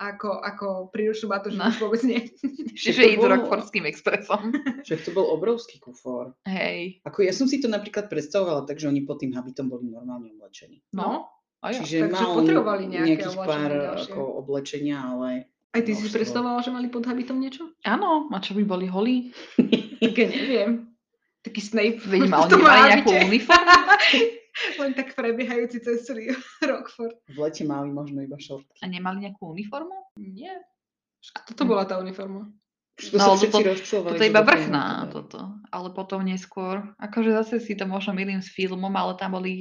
Speaker 4: Ako, ako príručnú batožinu
Speaker 1: No.
Speaker 4: vôbec nie.
Speaker 1: Čiže
Speaker 2: to
Speaker 1: idú
Speaker 2: bolo-
Speaker 1: Rockfordským expresom.
Speaker 2: Však to bol obrovský kufor.
Speaker 1: Hej.
Speaker 2: Ako ja som si to napríklad predstavovala, takže oni pod tým habitom boli normálne oblečení.
Speaker 1: No, a jo.
Speaker 2: Čiže
Speaker 4: takže
Speaker 2: mal
Speaker 4: potrebovali nejaké
Speaker 2: nejakých
Speaker 4: oblečenie
Speaker 2: pár
Speaker 4: ďalšie.
Speaker 2: ako oblečenia, ale
Speaker 4: Aj ty
Speaker 2: No, už
Speaker 4: si si
Speaker 2: to bolo.
Speaker 4: predstavovala, že mali pod habitom niečo?
Speaker 1: Áno, a čo by boli holí?
Speaker 4: Tak ja neviem. Taký Snape.
Speaker 2: (laughs)
Speaker 1: Veď
Speaker 4: v
Speaker 1: mal
Speaker 4: tom
Speaker 1: nemá
Speaker 4: hábite. (laughs)
Speaker 1: nejakú uniformu.
Speaker 4: Len tak prebiehajúci cez celý (laughs) Rockford.
Speaker 2: v lete mali možno iba šortky.
Speaker 1: A nemali nejakú uniformu? Nie.
Speaker 4: Kto to bola tá uniforma?
Speaker 2: Už to
Speaker 1: No,
Speaker 2: sa
Speaker 1: ale
Speaker 2: všetci
Speaker 1: to-
Speaker 2: rozčulovali.
Speaker 1: Toto je
Speaker 2: že
Speaker 1: iba
Speaker 2: to je
Speaker 1: vrchná
Speaker 2: nové.
Speaker 1: toto. Ale potom neskôr. Akože zase si to možno milím s filmom, ale tam boli...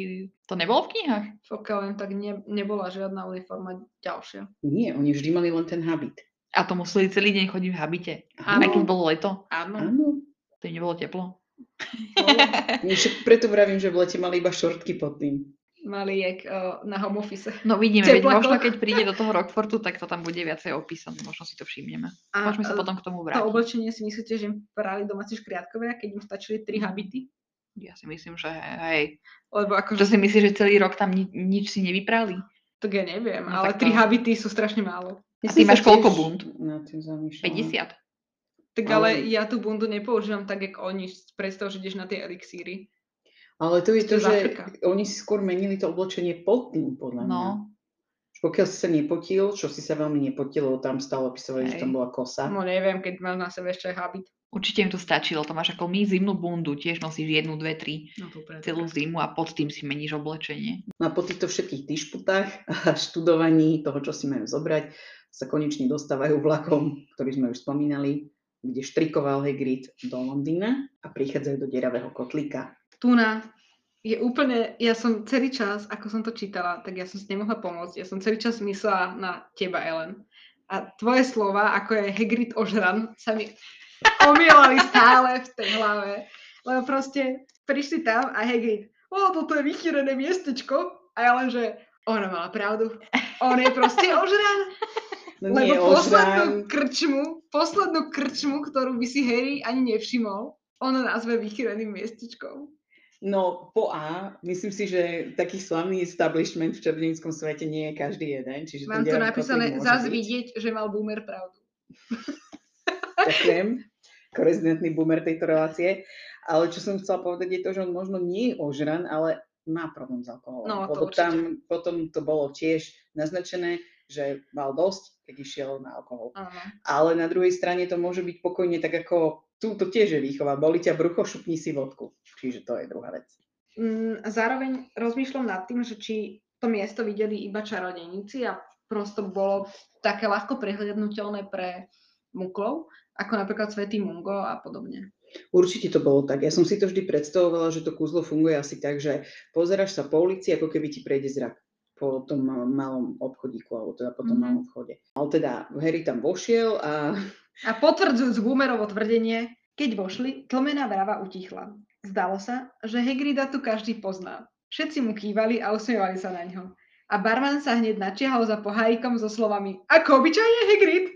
Speaker 1: To nebolo v knihách?
Speaker 4: Pokiaľ len tak ne, nebola žiadna uniforma ďalšia.
Speaker 2: Nie, oni vždy mali len ten habit.
Speaker 1: A to museli celý deň chodiť v habite. Aj
Speaker 4: Áno.
Speaker 1: keď bolo leto,
Speaker 4: Áno.
Speaker 1: (laughs)
Speaker 2: Áno.
Speaker 1: to im nebolo teplo.
Speaker 4: Hm?
Speaker 1: (laughs)
Speaker 2: Nie, však preto vravím, že v lete mali iba šortky pod tým.
Speaker 4: Mali jak uh, na home office.
Speaker 1: No vidíme, veď
Speaker 4: Teplako.
Speaker 1: možno keď príde do toho Rockfortu, tak to tam bude viacej opísané, možno si to všimneme.
Speaker 4: A
Speaker 1: Môžeme sa
Speaker 4: eh,
Speaker 1: potom k tomu
Speaker 4: to
Speaker 1: vrátiť.
Speaker 4: oblečenie si myslíte, že im prali domáci škriatkovia, keď im stačili tri
Speaker 1: Mhm.
Speaker 4: habity?
Speaker 1: Ja si myslím, že hej.
Speaker 4: Lebo
Speaker 1: Čo
Speaker 4: akože,
Speaker 1: si myslíš, že celý rok tam ni- nič si nevyprali?
Speaker 4: tak ja neviem,
Speaker 1: No,
Speaker 4: ale
Speaker 1: tak
Speaker 4: tri
Speaker 1: to-
Speaker 4: habity sú strašne málo.
Speaker 1: A ty
Speaker 2: som sa
Speaker 1: máš koľko
Speaker 2: tiež
Speaker 1: bund?
Speaker 2: nad tým
Speaker 1: 50.
Speaker 2: zamýšľala.
Speaker 4: Tak
Speaker 1: No.
Speaker 4: ale
Speaker 2: Ale-
Speaker 4: ja tú bundu nepoužívam tak, jak oni. Predstav, že ideš na tie elixíry.
Speaker 2: Ale to je
Speaker 4: Ste
Speaker 2: to,
Speaker 4: z
Speaker 2: že
Speaker 4: Afrika.
Speaker 2: oni si skôr menili to oblečenie pod tým, podľa mňa.
Speaker 1: No,
Speaker 2: Že Pokiaľ si sa nepotil, čo si sa veľmi nepotil, lebo tam stále opisovali, že
Speaker 1: Hej.
Speaker 2: tam bola kosa.
Speaker 4: No neviem, keď máš na sebe ešte aj habit.
Speaker 1: určite im to stačilo. To máš ako my zimnú bundu, tiež nosíš jednu, dve, tri
Speaker 4: No dobre.
Speaker 1: celú zimu a pod tým si meníš oblečenie.
Speaker 2: No a po týchto všetkých dišputách a študovaní toho, čo si majú zobrať, sa konečne dostávajú vlakom, ktorý sme už spomínali, kde štrikoval Hagrid do Londýna a prichádzajú do deravého kotlíka.
Speaker 4: Tuna je úplne, ja som celý čas, ako som to čítala, tak ja som si nemohla pomôcť. Ja som celý čas myslela na teba, Ellen. A tvoje slova, ako je Hagrid ožran, sa mi (laughs) omielali stále v tej hlave. Lebo proste prišli tam a Hagrid, o, toto je vychýrené miestečko. A ja len, že ona mala pravdu. On je proste ožran.
Speaker 2: No nie,
Speaker 4: Lebo
Speaker 2: ožrán,
Speaker 4: poslednú krčmu, poslednú krčmu, ktorú by si Harry ani nevšimol, on nazve vychýreným miestečkom.
Speaker 2: No po A, myslím si, že taký slavný establishment v červenickom svete nie je každý jeden. Čiže
Speaker 4: Mám
Speaker 2: ten
Speaker 4: tu
Speaker 2: Deravý
Speaker 4: napísané,
Speaker 2: kotlík môže
Speaker 4: zas
Speaker 2: byť.
Speaker 4: vidieť, že mal boomer pravdu.
Speaker 2: Ďakujem. Korezidentný boomer tejto relácie. Ale čo som chcela povedať je to, že on možno nie je ožran, ale má problém s alkoholom.
Speaker 4: No, to
Speaker 2: lebo
Speaker 4: určite.
Speaker 2: tam potom to bolo tiež naznačené, že mal dosť, keď išiel na alkohol.
Speaker 4: Áno.
Speaker 2: Ale na druhej strane to môže byť pokojne tak ako, tu to tiež je výchova, boli ťa brucho, šupni si vodku. Čiže to je druhá vec.
Speaker 4: Mm, a zároveň rozmýšľam nad tým, že či to miesto videli iba čarodejníci a prosto bolo také ľahko prehliadnutelné pre muklov, ako napríklad Svetý Mungo a podobne.
Speaker 2: Určite to bolo tak. Ja som si to vždy predstavovala, že to kúzlo funguje asi tak, že pozeráš sa po ulici, ako keby ti prejde zrak po tom ma- malom obchodíku, alebo teda po tom
Speaker 4: Mhm.
Speaker 2: malom vchode. Ale teda Harry tam vošiel a
Speaker 4: A potvrdzujúc boomerovo tvrdenie, Keď vošli, tlmená vrava utichla. Zdalo sa, že Hegrida tu každý pozná. Všetci mu kývali a usmievali sa na ňo. A barman sa hneď načiahol za pohájikom so slovami Ako obyčajne Hegrid?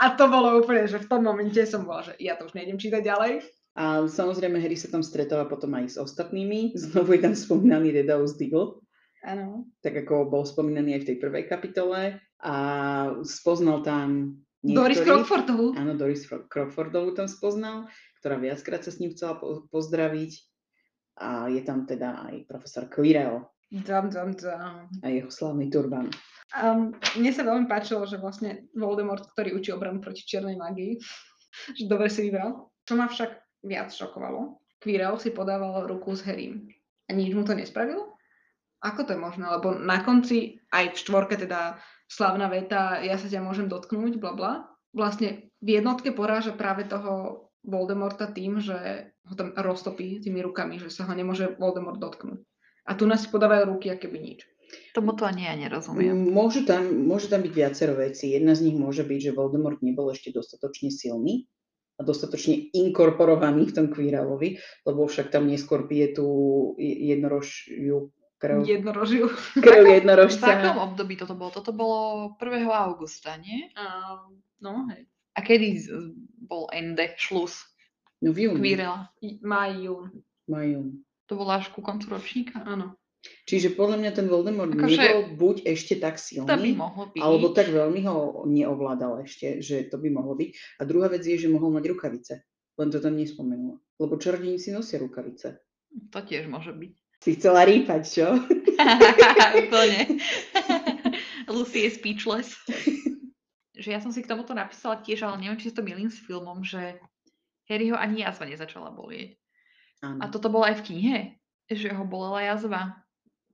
Speaker 4: A to bolo úplne, že v tom momente som bola, že ja to už nejdem čítať ďalej.
Speaker 2: A samozrejme Harry sa tam stretáva potom aj s ostatnými. (laughs) Znovu je tam spomínaný Redaus Diggle,
Speaker 4: Áno.
Speaker 2: tak ako bol spomínaný aj v tej prvej kapitole. A spoznal tam
Speaker 4: Doris
Speaker 2: niektorých.
Speaker 4: Crockfordovú.
Speaker 2: Áno, Doris Fro- Crawfordovú tam spoznal, ktorá viackrát sa s ním chcela po- pozdraviť. A je tam teda aj profesor Quirrell
Speaker 4: Dam, dam, dam.
Speaker 2: a jeho slavný turban.
Speaker 4: Um, mne sa veľmi páčilo, že vlastne Voldemort, ktorý učí obranu proti čiernej magii, že dobre si vybral. Čo ma však viac šokovalo, Quirrell si podával ruku s Harrym a nič mu to nespravilo? Ako to je možné? Lebo na konci, aj v štvorke teda slavná veta, ja sa ťa môžem dotknúť, bla bla. Vlastne v jednotke poráža práve toho Voldemorta tým, že ho tam roztopí tými rukami, že sa ho nemôže Voldemort dotknúť. A tu nás si podávajú ruky, aké by nič.
Speaker 1: Tomu to ani ja nerozumiem.
Speaker 2: M- Môžu tam, môže tam byť viacero vecí. Jedna z nich môže byť, že Voldemort nebol ešte dostatočne silný a dostatočne inkorporovaný v tom Quirrellovi, lebo však tam neskôr pije tú je- jednorožiu krv,
Speaker 4: Jednorožil.
Speaker 2: krv
Speaker 1: V akom
Speaker 2: jednorožca.
Speaker 1: období toto bolo? Toto bolo 1. augusta, nie?
Speaker 4: A, no, hej.
Speaker 1: A kedy z- bol ND, šlus,
Speaker 2: No v júni,
Speaker 1: kvírela?
Speaker 4: I- Maj, jún,
Speaker 2: maju.
Speaker 1: To bolo až ku koncu ročníka?
Speaker 4: áno.
Speaker 2: Čiže podľa mňa ten Voldemort
Speaker 1: Akože-
Speaker 2: nebol buď ešte tak
Speaker 1: To by
Speaker 2: silný,
Speaker 1: mohlo byť.
Speaker 2: alebo tak veľmi ho neovládal ešte, že to by mohlo byť. A druhá vec je, že mohol mať rukavice. Len to tam nespomenula. Lebo čarodejníci nosia rukavice.
Speaker 1: To tiež môže byť.
Speaker 2: Si chcela rýpať, čo?
Speaker 1: (laughs) (laughs) Úplne. Lucy je speechless. (laughs) že ja som si k tomuto napísala tiež, ale neviem, či si to milím s filmom, že Harryho ani jazva nezačala bolieť.
Speaker 2: Áno.
Speaker 1: A toto bolo aj v knihe, že ho bolela jazva.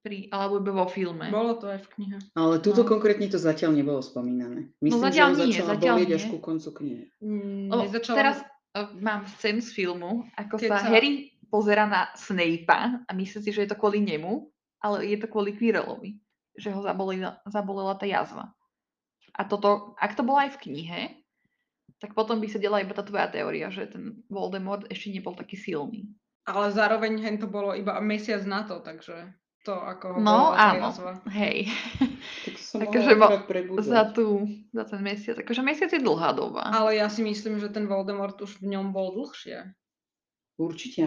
Speaker 1: Pri, alebo iba vo filme.
Speaker 4: Bolo to aj v knihe.
Speaker 2: Ale túto
Speaker 1: No.
Speaker 2: konkrétne to zatiaľ nebolo spomínané. Myslím,
Speaker 1: zatiaľ
Speaker 2: že ho
Speaker 1: nie,
Speaker 2: začala
Speaker 1: zatiaľ
Speaker 2: bolieť až
Speaker 1: nie.
Speaker 2: ku koncu knihy.
Speaker 4: Mm,
Speaker 1: Lebo
Speaker 4: nezačala-
Speaker 1: Teraz eh, mám scénu z filmu, ako
Speaker 4: Keď
Speaker 1: sa
Speaker 4: sa-
Speaker 1: Harry pozera na Snape'a a myslí si, že je to kvôli nemu, ale je to kvôli Quirrellovi, že ho zabolila, zabolela tá jazva. A toto, ak to bola aj v knihe, tak potom by sa dela iba tá tvoja teória, že ten Voldemort ešte nebol taký silný.
Speaker 4: Ale zároveň hen to bolo iba mesiac na to, takže to ako ho
Speaker 1: No,
Speaker 4: bola tá
Speaker 1: áno.
Speaker 4: jazva.
Speaker 1: Hej,
Speaker 2: Tak som
Speaker 1: Takže
Speaker 2: mohla
Speaker 1: mo-
Speaker 2: akurát prebudnúť.
Speaker 1: Akože za, tú, za ten mesiac. Akože mesiac je dlhá doba.
Speaker 4: Ale ja si myslím, že ten Voldemort už v ňom bol dlhšie.
Speaker 2: Určite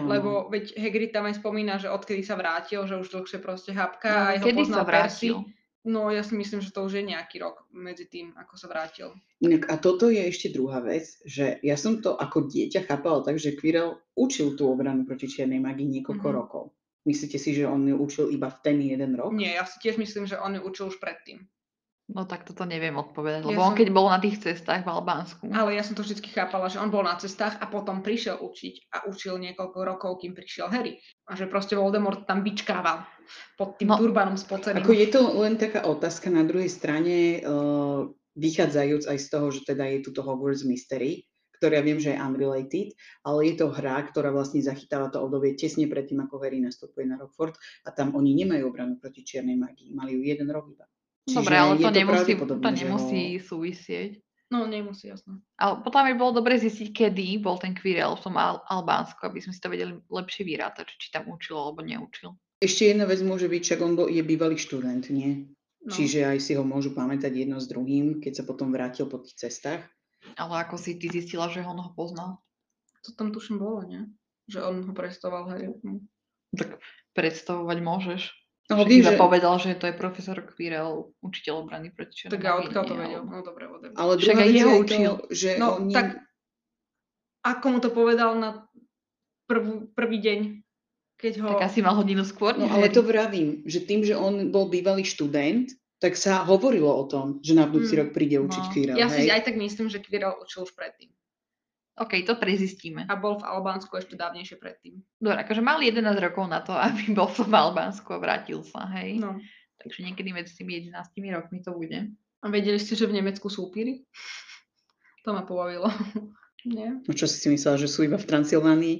Speaker 1: Mm.
Speaker 2: áno.
Speaker 4: Lebo veď Hagrid tam aj spomína, že odkedy sa vrátil, že už dlhšie proste hapka a jeho
Speaker 1: No, Kedy sa
Speaker 4: poznal Percy.
Speaker 1: vrátil?
Speaker 4: No ja si myslím, že to už je nejaký rok medzi tým, ako sa vrátil.
Speaker 2: Inak, a toto je ešte druhá vec, že ja som to ako dieťa chápala tak, že Quirrell učil tú obranu proti čiernej magii niekoľko
Speaker 4: Mhm.
Speaker 2: rokov. Myslíte si, že on ju učil iba v ten jeden rok?
Speaker 4: Nie, ja si tiež myslím, že on ju učil už predtým.
Speaker 1: No tak toto neviem odpovedať,
Speaker 4: Ja
Speaker 1: lebo on
Speaker 4: som-
Speaker 1: keď bol na tých cestách v Albánsku.
Speaker 4: Ale ja som to vždy chápala, že on bol na cestách a potom prišiel učiť a učil niekoľko rokov, kým prišiel Harry. A že proste Voldemort tam vyčkával pod tým
Speaker 1: No.
Speaker 4: no, turbanom spoceným.
Speaker 2: Ako je to len taká otázka na druhej strane, eh, vychádzajúc aj z toho, že teda je tu to Hogwarts Mystery, ktoré ja viem, že je unrelated, ale je to hra, ktorá vlastne zachytáva to obdobie tesne predtým, ako Harry nastupuje na Rockford a tam oni nemajú obranu proti čiernej magii, mali ju jeden rok iba.
Speaker 1: Dobre,
Speaker 2: Čiže
Speaker 1: ale
Speaker 2: je
Speaker 1: to, nemusí, to
Speaker 2: pravdepodobné, že no. ho-
Speaker 1: nemusí súvisieť.
Speaker 4: No nemusí, jasno.
Speaker 1: Ale potom by bolo dobre zistiť, kedy bol ten Quirrell v tom Al- Albánsku, aby sme si to vedeli lepšie vyrátať, že či tam učil alebo neučil.
Speaker 2: Ešte jedna vec môže byť, však on bol, je bývalý študent, nie?
Speaker 4: No.
Speaker 2: Čiže aj si ho môžu pamätať jedno s druhým, keď sa potom vrátil po tých cestách.
Speaker 1: Ale ako si ty zistila, že on ho poznal?
Speaker 4: To tam tuším bolo, nie? Že on ho prestoval Harry. Hm.
Speaker 1: Tak predstavovať môžeš.
Speaker 2: No,
Speaker 1: Však
Speaker 2: viem,
Speaker 1: iba
Speaker 2: že,
Speaker 1: povedal, že to je profesor Quirrell, učiteľ obrany proti červenej
Speaker 4: Tak a odkiaľ to
Speaker 1: magii,
Speaker 4: vedel?
Speaker 1: alebo-
Speaker 4: No dobre, odem.
Speaker 2: ale
Speaker 1: však
Speaker 2: druhá
Speaker 1: aj
Speaker 2: vec je
Speaker 1: jeho
Speaker 2: aj to,
Speaker 1: učil.
Speaker 2: že
Speaker 4: No
Speaker 2: on nie...
Speaker 4: tak, ako mu to povedal na prvú, prvý deň, keď ho...
Speaker 1: Tak asi mal hodinu skôr.
Speaker 2: No
Speaker 1: než
Speaker 2: ale
Speaker 1: Harry.
Speaker 2: to vravím, že tým, že on bol bývalý študent, tak sa hovorilo o tom, že na budúci
Speaker 4: Mm,
Speaker 2: rok príde učiť
Speaker 1: no.
Speaker 2: Quirrell,
Speaker 4: ja
Speaker 2: hej?
Speaker 4: si aj tak myslím, že Quirrell učil už predtým.
Speaker 1: OK, to prezistíme.
Speaker 4: A bol v Albánsku ešte dávnejšie predtým.
Speaker 1: Dobre, akože mal 11 rokov na to, (laughs) aby bol v tom Albánsku a vrátil sa, hej?
Speaker 4: No.
Speaker 1: Takže niekedy medzi tými 11 rokmi to bude.
Speaker 4: A vedeli ste, že v Nemecku sú upíry? (laughs) To ma pobavilo. (laughs) Nie?
Speaker 2: No čo si si myslela, že sú iba v
Speaker 4: (laughs)
Speaker 2: Transylvánii?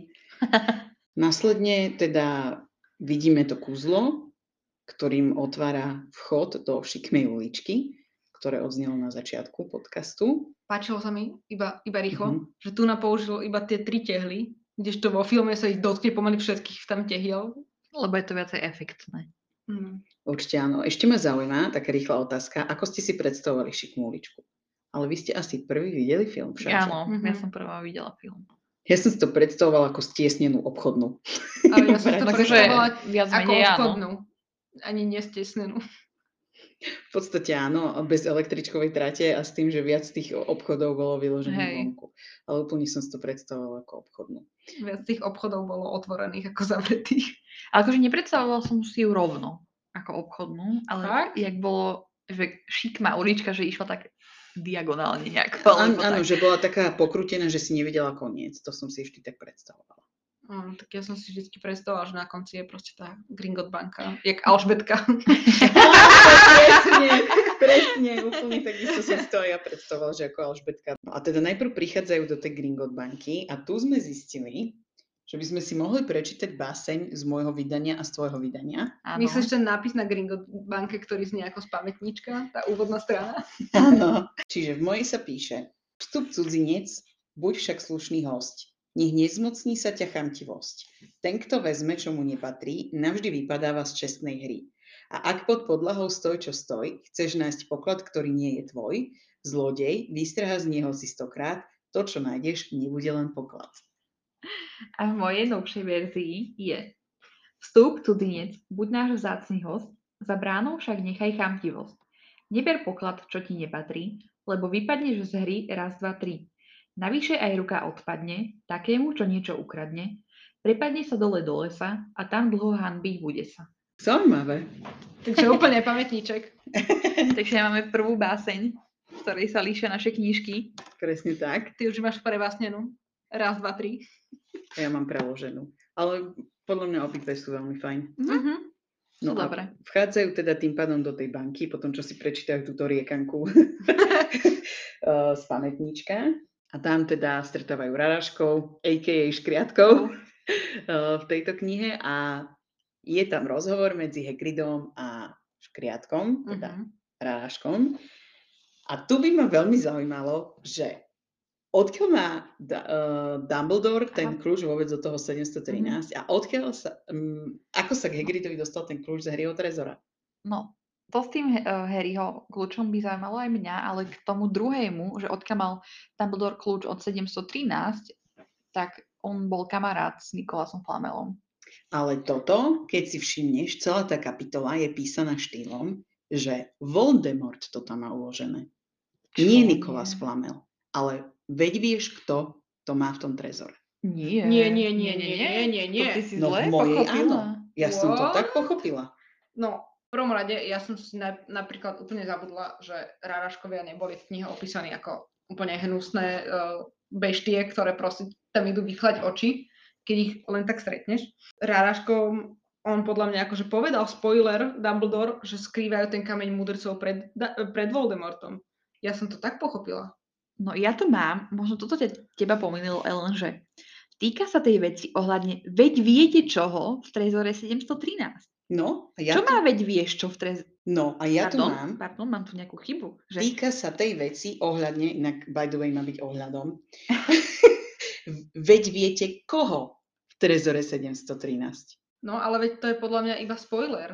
Speaker 2: Následne teda vidíme to kúzlo, ktorým otvára vchod do šikmej uličky, ktoré odznelo na začiatku podcastu.
Speaker 4: Páčilo sa mi iba, iba rýchlo,
Speaker 2: Mhm.
Speaker 4: že tu použil iba tie tri tehly, kdežto vo filme sa ich dotkne pomaly všetkých tam tehiel.
Speaker 1: lebo je to viacej efektné.
Speaker 4: Mm.
Speaker 2: Určite áno. Ešte ma zaujíma taká rýchla otázka. Ako ste si predstavovali šikmú uličku? Ale vy ste asi prvý videli film však. že?
Speaker 1: Áno, ja
Speaker 4: Mhm.
Speaker 1: som prvá videla film.
Speaker 2: Ja som si to predstavovala ako stiesnenú obchodnú.
Speaker 4: Ale ja som si to
Speaker 2: Dobre,
Speaker 1: Takže
Speaker 4: predstavovala
Speaker 1: Akože viac
Speaker 4: ako
Speaker 1: menej áno.
Speaker 4: obchodnú. Ani nestesnenú. (laughs)
Speaker 2: V podstate áno, bez električkovej trate a s tým, že viac tých obchodov bolo
Speaker 1: Hej.
Speaker 2: vyložených vonku. Ale úplne som si to predstavovala ako obchodnú.
Speaker 4: Viac tých obchodov bolo otvorených ako zavretých. (laughs)
Speaker 1: Ale akože nepredstavoval som si ju rovno ako obchodnú, ale
Speaker 4: Fakt?
Speaker 1: jak bolo, že šikma ulička, že išla tak diagonálne nejako.
Speaker 2: Áno,
Speaker 1: alebo
Speaker 2: áno,
Speaker 1: tak.
Speaker 2: že bola taká pokrutená, že si nevedela koniec. To som si vždy tak predstavovala.
Speaker 4: Mm, tak ja som si vždy predstavovala, že na konci je proste tá Gringot banka, jak Alžbetka.
Speaker 2: presne, presne, úplne takisto som si to aj ja predstavovala, že ako Alžbetka. A teda najprv prichádzajú do tej Gringot banky a tu sme zistili, že by sme si mohli prečítať báseň z môjho vydania a z tvojho vydania.
Speaker 1: Áno.
Speaker 4: Myslíš ten nápis na Gringot banke, ktorý znie ako z pamätnička, tá úvodná strana?
Speaker 2: Áno. (laughs) Čiže v mojej sa píše, vstup cudzinec, buď však slušný host. Nech nezmocní sa ťa chamtivosť. Ten, kto vezme, čo mu nepatrí, navždy vypadáva z čestnej hry. A ak pod podlahou stoj, čo stoj, chceš nájsť poklad, ktorý nie je tvoj, zlodej, vystrha z neho si stokrát, to, čo nájdeš, nebude len poklad.
Speaker 1: A v mojej novšej verzii je Vstup, cudzinec, buď náš vzácny host, za bránou však nechaj chamtivosť. Neber poklad, čo ti nepatrí, lebo vypadneš z hry raz, dva, tri. Navyše aj ruka odpadne, takému, čo niečo ukradne, prepadne sa dole do lesa a tam dlho hanbiť bude sa.
Speaker 2: Zaujímavé.
Speaker 4: Takže (laughs) úplne pamätníček.
Speaker 1: (laughs) Takže máme prvú báseň, v ktorej sa líšia naše knižky.
Speaker 2: Presne tak.
Speaker 4: Ty už máš prevásnenú. Raz, dva, tri.
Speaker 2: A ja mám preloženú. Ale podľa mňa obidve sú veľmi fajn.
Speaker 4: Mhm.
Speaker 1: No,
Speaker 2: a
Speaker 1: dobre.
Speaker 2: Vchádzajú teda tým pádom do tej banky, potom čo si prečítajú túto riekanku eh, z pamätníčka. A tam teda stretávajú Raraškov, a.k.a. Škriatkov (laughs) eh, v tejto knihe a je tam rozhovor medzi Hagridom a Škriatkom, teda
Speaker 4: Mhm.
Speaker 2: Raraškom. A tu by ma veľmi zaujímalo, že odkiaľ má da- eh, Dumbledore ten kľúč vôbec do toho 713
Speaker 1: Mhm.
Speaker 2: a odkiaľ sa, um, ako sa k Hagridovi dostal ten kľúč z Harryho trezora?
Speaker 1: No, to s tým He- eh, Harryho kľúčom by zaujímalo aj mňa, ale k tomu druhému, že odkiaľ mal Dumbledore kľúč od 713, tak on bol kamarát s Nikolasom Flamelom.
Speaker 2: Ale toto, keď si všimneš, celá tá kapitola je písaná štýlom, že Voldemort to tam má uložené. Nie
Speaker 1: Čo?
Speaker 2: Nikolás Flamel, ale veď vieš, kto to má v tom trezore.
Speaker 1: Nie.
Speaker 4: Nie, nie, nie, Mhm. nie, nie, nie,
Speaker 1: To
Speaker 4: nie.
Speaker 1: ty si
Speaker 2: No, v
Speaker 1: zle
Speaker 2: mojej
Speaker 1: pochopila.
Speaker 2: Ja som to tak
Speaker 4: What?
Speaker 2: pochopila.
Speaker 4: No, v prvom rade ja som si na, napríklad úplne zabudla, že Ráraškovia neboli v knihe opísaní ako úplne hnusné uh, beštie, ktoré proste tam idú vychlať oči, keď ich len tak stretneš. Ráraškom on podľa mňa akože povedal spoiler Dumbledore, že skrývajú ten kameň mudrcov pred, da, pred Voldemortom. Ja som to tak pochopila.
Speaker 1: No ja to mám, možno toto te, teba pomýlilo, Ellen, že týka sa tej veci ohľadne veď viete čoho v trezore 713.
Speaker 2: No, a
Speaker 1: Ja
Speaker 2: ja,
Speaker 1: čo
Speaker 2: to,
Speaker 1: má veď vieš čo v trezore?
Speaker 2: no, a ja to
Speaker 1: pardon,
Speaker 2: mám.
Speaker 1: Pardon, mám tu nejakú chybu. Že...
Speaker 2: Týka sa tej veci ohľadne, inak by the way má byť ohľadom. Veď viete koho v Trezore 713.
Speaker 4: No ale veď to je podľa mňa iba spoiler,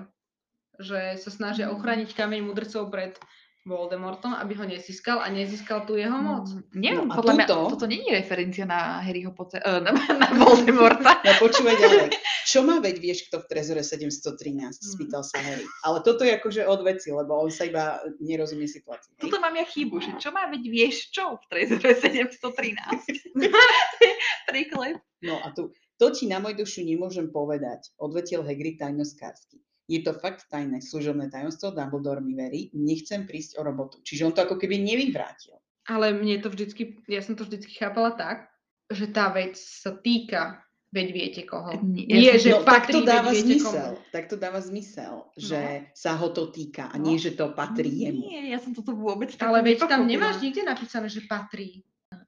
Speaker 4: že sa snažia
Speaker 1: Mm.
Speaker 4: ochrániť kameň mudrcov pred Voldemortom, aby ho nezískal a nezískal tu jeho moc.
Speaker 1: Mm, Neviem,
Speaker 2: No a
Speaker 1: podľa
Speaker 2: túto?
Speaker 1: mňa toto nie je referencia na Harryho Potter, eh, na, (laughs) na (laughs) Voldemorta.
Speaker 2: No počúvaj ďalej. Čo má veď vieš kto v Trezore 713? Spýtal sa Harry. Ale toto je akože od veci, lebo on sa iba nerozumie situácii. hej?
Speaker 1: Tuto mám ja chybu, že čo má veď vieš čo v trezore 713. (laughs) Príklep.
Speaker 2: No a tu, to ti na môj dušu nemôžem povedať, odvetil Hagrid tajnoskársky. Je to fakt tajné služobné tajomstvo, Dumbledore mi verí, nechcem prísť o robotu. Čiže on to ako keby nevyvrátil.
Speaker 4: Ale mne to vždycky, ja som to vždycky chápala tak, že tá vec sa týka, veď viete koho. Nie, že
Speaker 2: no, tak
Speaker 4: patrí,
Speaker 2: to
Speaker 4: veď
Speaker 2: dáva
Speaker 4: viete
Speaker 2: zmysel.
Speaker 4: komu.
Speaker 2: Tak to dáva zmysel, že sa ho to týka a nie,
Speaker 1: No.
Speaker 2: že to patrí jemu.
Speaker 1: Nie, ja som toto vôbec
Speaker 4: Ale
Speaker 1: takto
Speaker 4: veď tam
Speaker 1: nepochopila.
Speaker 4: nemáš nikde napísané, že patrí.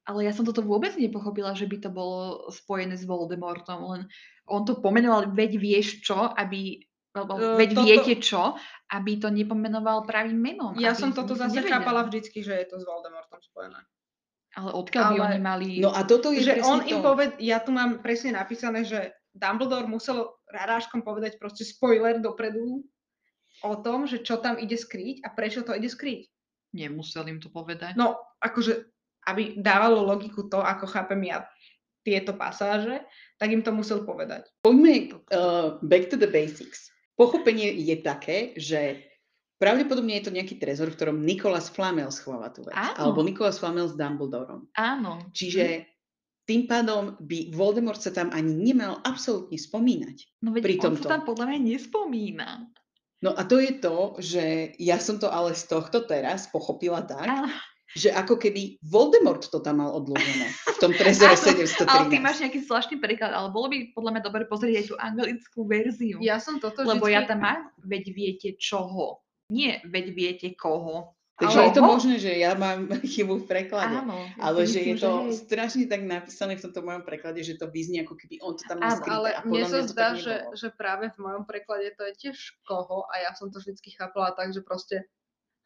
Speaker 1: Ale ja som toto vôbec nepochopila, že by to bolo spojené s Voldemortom, len on to pomenoval veď vieš čo, aby alebo
Speaker 4: Eh,
Speaker 1: veď
Speaker 4: toto-
Speaker 1: viete čo, aby to nepomenoval pravým menom.
Speaker 4: Ja
Speaker 1: aby
Speaker 4: som toto zase
Speaker 1: nevedel.
Speaker 4: chápala vždycky, že je to s Voldemortom spojené.
Speaker 1: Ale odkiaľ by
Speaker 4: Ale-
Speaker 1: oni mali...
Speaker 2: No a toto je
Speaker 4: Že
Speaker 2: presne
Speaker 4: on im
Speaker 2: to.
Speaker 4: poved, ja tu mám presne napísané, že Dumbledore musel radáškom povedať proste spoiler dopredu o tom, že čo tam ide skryť a prečo to ide skryť.
Speaker 1: Nemusel im to povedať.
Speaker 4: No, akože, aby dávalo logiku to, ako chápem ja tieto pasáže, tak im to musel povedať.
Speaker 2: Poďme uh, back to the basics. Pochopenie je také, že pravdepodobne je to nejaký trezor, v ktorom Nicholas Flamel schováva tú vec.
Speaker 1: Áno. Mhm.
Speaker 2: Alebo Nicholas Flamel s Dumbledorom.
Speaker 1: Áno.
Speaker 2: Čiže tým pádom by Voldemort sa tam ani nemal absolútne spomínať.
Speaker 1: No veď
Speaker 2: pri
Speaker 1: on
Speaker 2: tomto.
Speaker 1: sa tam podľa mňa nespomína.
Speaker 2: No a to je to, že ja som to ale z tohto teraz pochopila tak,
Speaker 1: Áno,
Speaker 2: že ako keby Voldemort to tam mal odložené v tom trezore
Speaker 4: (laughs)
Speaker 1: Áno, ale ty
Speaker 2: 713.
Speaker 1: máš nejaký zvláštny preklad, ale bolo by podľa mňa dobre pozrieť aj tú anglickú verziu.
Speaker 4: No. Ja som toto
Speaker 1: lebo ja
Speaker 4: vždycky-
Speaker 1: tam mám, veď viete čoho. Nie, veď viete koho.
Speaker 2: Takže
Speaker 1: Ale
Speaker 2: je to
Speaker 1: ho-
Speaker 2: možné, že ja mám (laughs) chybu v preklade.
Speaker 1: Áno.
Speaker 2: Ale že je
Speaker 4: Myslím, že
Speaker 2: to
Speaker 4: hej.
Speaker 2: strašne tak napísané v tomto mojom preklade, že to vyznie ako keby on to tam mal
Speaker 1: Áno,
Speaker 2: skryté.
Speaker 4: Ale
Speaker 2: a podľa
Speaker 4: mne sa
Speaker 2: mňa to
Speaker 4: zdá,
Speaker 2: tak
Speaker 4: že,
Speaker 2: nebolo.
Speaker 4: že práve v mojom preklade to je tiež koho a ja som to vždycky chápala tak, že proste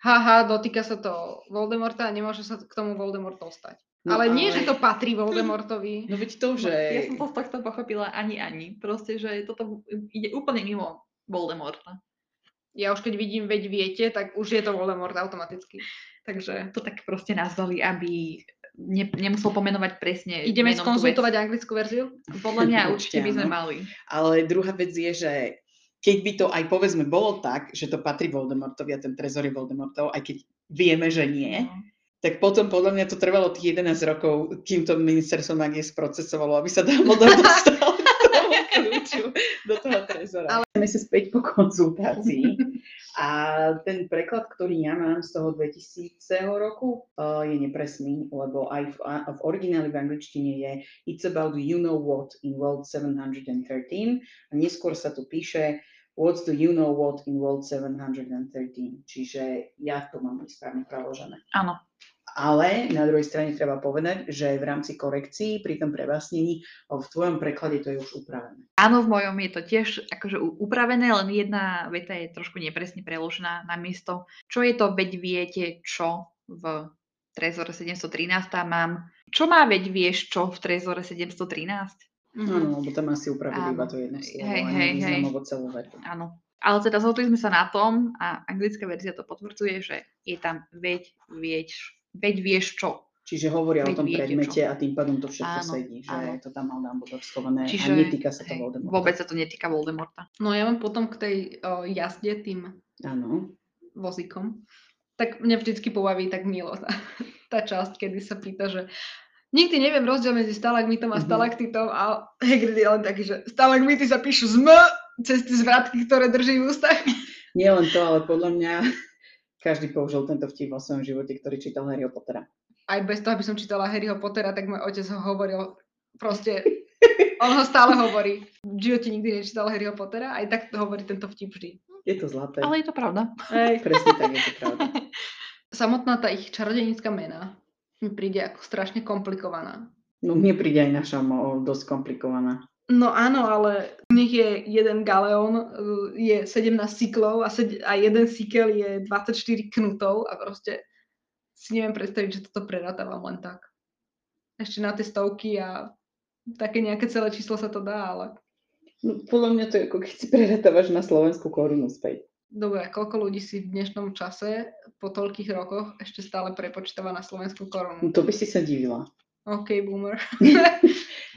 Speaker 4: haha, dotýka sa to Voldemorta a nemôže sa k tomu Voldemort dostať.
Speaker 2: No,
Speaker 4: ale nie, že to patrí Voldemortovi.
Speaker 2: No veď to, že...
Speaker 1: Ja som to z tohto pochopila ani ani. Proste, že toto ide úplne mimo Voldemorta.
Speaker 4: Ja už keď vidím, veď viete, tak už je to Voldemort automaticky. Takže
Speaker 1: To tak proste nazvali, aby ne, nemusel pomenovať presne.
Speaker 4: ideme
Speaker 1: menom tú
Speaker 4: skonzultovať anglickú verziu?
Speaker 1: vec. Podľa
Speaker 2: (laughs)
Speaker 1: mňa určite
Speaker 2: Určite
Speaker 1: by sme
Speaker 2: áno.
Speaker 1: mali.
Speaker 2: Ale druhá vec je, že keď by to aj povedzme bolo tak, že to patrí Voldemortovi a ten trezor je Voldemortov, aj keď vieme, že nie,
Speaker 1: No.
Speaker 2: tak potom podľa mňa to trvalo tých 11 rokov, kým to ministerstvo magie sprocesovalo, aby sa Dumbledore dostal k tomu kľúču, do toho trezora. Ale sme si späť po konzultácii. A ten preklad, ktorý ja mám z toho 2000 roku, uh, je nepresný, lebo aj v, a v origináli v angličtine je It's about you know what in world 713. A neskôr sa tu píše What's the you know what in world 713. Čiže ja to mám správne preložené.
Speaker 1: Áno.
Speaker 2: Ale na druhej strane treba povedať, že v rámci korekcií pri tom prevásnení v tvojom preklade to je už upravené.
Speaker 1: Áno, v mojom je to tiež akože u- upravené, len jedna veta je trošku nepresne preložená na miesto. Čo je to veď viete čo v Trezore 713 Tam mám? Čo má veď vieš čo v Trezore 713?
Speaker 2: Áno, lebo tam asi upravili
Speaker 1: Mhm. Áno.
Speaker 2: iba to jedno slovo
Speaker 1: Hej,
Speaker 2: a
Speaker 1: hej, hej.
Speaker 2: nevýznamovo celú vetu.
Speaker 1: Áno. Ale teda zhodli sme sa na tom a anglická verzia to potvrdzuje, že je tam veď, vieš, veď vieš čo.
Speaker 2: Čiže hovoria
Speaker 1: Veď
Speaker 2: o tom
Speaker 1: viete,
Speaker 2: predmete a tým pádom to všetko
Speaker 1: Áno,
Speaker 2: sedí, že
Speaker 1: áno.
Speaker 2: to tam mal Dumbledore schované
Speaker 1: Čiže,
Speaker 2: a netýka sa to
Speaker 1: hej,
Speaker 2: Voldemorta.
Speaker 1: Vôbec sa to netýka Voldemorta.
Speaker 4: No ja mám potom k tej o, jazde tým
Speaker 2: Áno.
Speaker 4: vozíkom, tak mňa vždycky pobaví tak milo tá, tá časť, kedy sa pýta, že nikdy neviem rozdiel medzi stalagmitom
Speaker 2: Mhm.
Speaker 4: a stalaktitom a (laughs) Hagrid je len taký, že stalagmity sa píšu z M cez tie zvratky, ktoré drží v ústach.
Speaker 2: Nie len to, ale podľa mňa (laughs) každý použil tento vtip vo svojom živote, ktorý čítal Harry Pottera.
Speaker 4: Aj bez toho, aby som čítala Harryho Pottera, tak môj otec ho hovoril proste on ho stále hovorí. V živote nikdy nečítal Harryho Pottera, aj tak to hovorí tento vtip vždy.
Speaker 2: Je to zlaté.
Speaker 1: Ale je to pravda.
Speaker 4: Hej.
Speaker 2: Presne tak je to pravda.
Speaker 4: Samotná tá ich čarodenická mena mi príde ako strašne komplikovaná.
Speaker 2: No mne príde aj naša mo- dosť komplikovaná.
Speaker 4: No áno, ale u nich je jeden galeón, eh, je 17 cyklov a, sed- a jeden cykel je 24 knutov a proste si neviem predstaviť, že toto preratávam len tak. Ešte na tie stovky a také nejaké celé číslo sa to dá, ale
Speaker 2: No, podľa mňa to je ako keď si preratávaš na slovenskú korunu späť.
Speaker 4: dobre, koľko ľudí si v dnešnom čase po toľkých rokoch ešte stále prepočítava na
Speaker 2: No,
Speaker 4: slovenskú korunu?
Speaker 2: to by si sa divila.
Speaker 4: OK, boomer.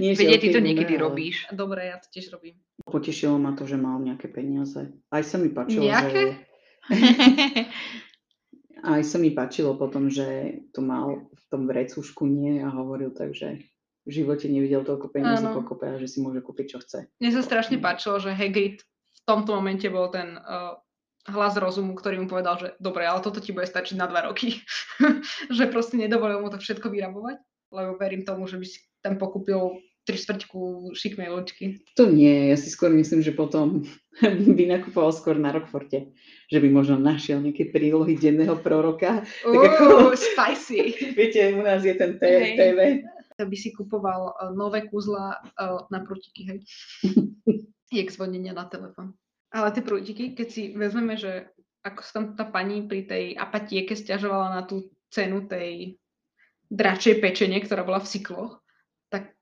Speaker 2: Nie,
Speaker 1: Veď
Speaker 2: že
Speaker 1: aj ty
Speaker 2: okej,
Speaker 1: to
Speaker 2: dobre,
Speaker 1: niekedy
Speaker 2: ale (laughs)
Speaker 1: robíš. (laughs)
Speaker 4: Dobre, ja to tiež robím.
Speaker 2: Potešilo ma to, že mal nejaké peniaze. Aj sa mi páčilo, že...
Speaker 4: Nejaké?
Speaker 2: Aj sa mi páčilo potom, že to mal v tom vrecušku nie a hovoril tak, že v živote nevidel toľko peniazy
Speaker 4: Áno.
Speaker 2: pokope a že si môže kúpiť, čo chce.
Speaker 4: Mne sa strašne páčilo, že Hagrid v tomto momente bol ten uh, hlas rozumu, ktorý mu povedal, že dobre, ale toto ti bude stačiť na dva roky. (laughs) že proste nedovolil mu to všetko vyrabovať, lebo verím tomu, že by si tam pokúpil tri štvrťku šikmej uličky.
Speaker 2: To nie, ja si skôr myslím, že potom (laughs) by nakupoval skôr na Rockforte, že by možno našiel nejaké prílohy denného proroka. (laughs) ako-
Speaker 4: Uuu, spicy!
Speaker 2: Viete, u nás je ten T-
Speaker 1: Hej.
Speaker 2: TV.
Speaker 4: By si kupoval uh, nové kúzla uh, na prútiky, hej. Jak zvonenia na telefón. Ale tie prútiky, keď si vezmeme, že ako sa tam tá pani pri tej apatieke stiažovala na tú cenu tej dračej pečenie, ktorá bola v cykloch, tak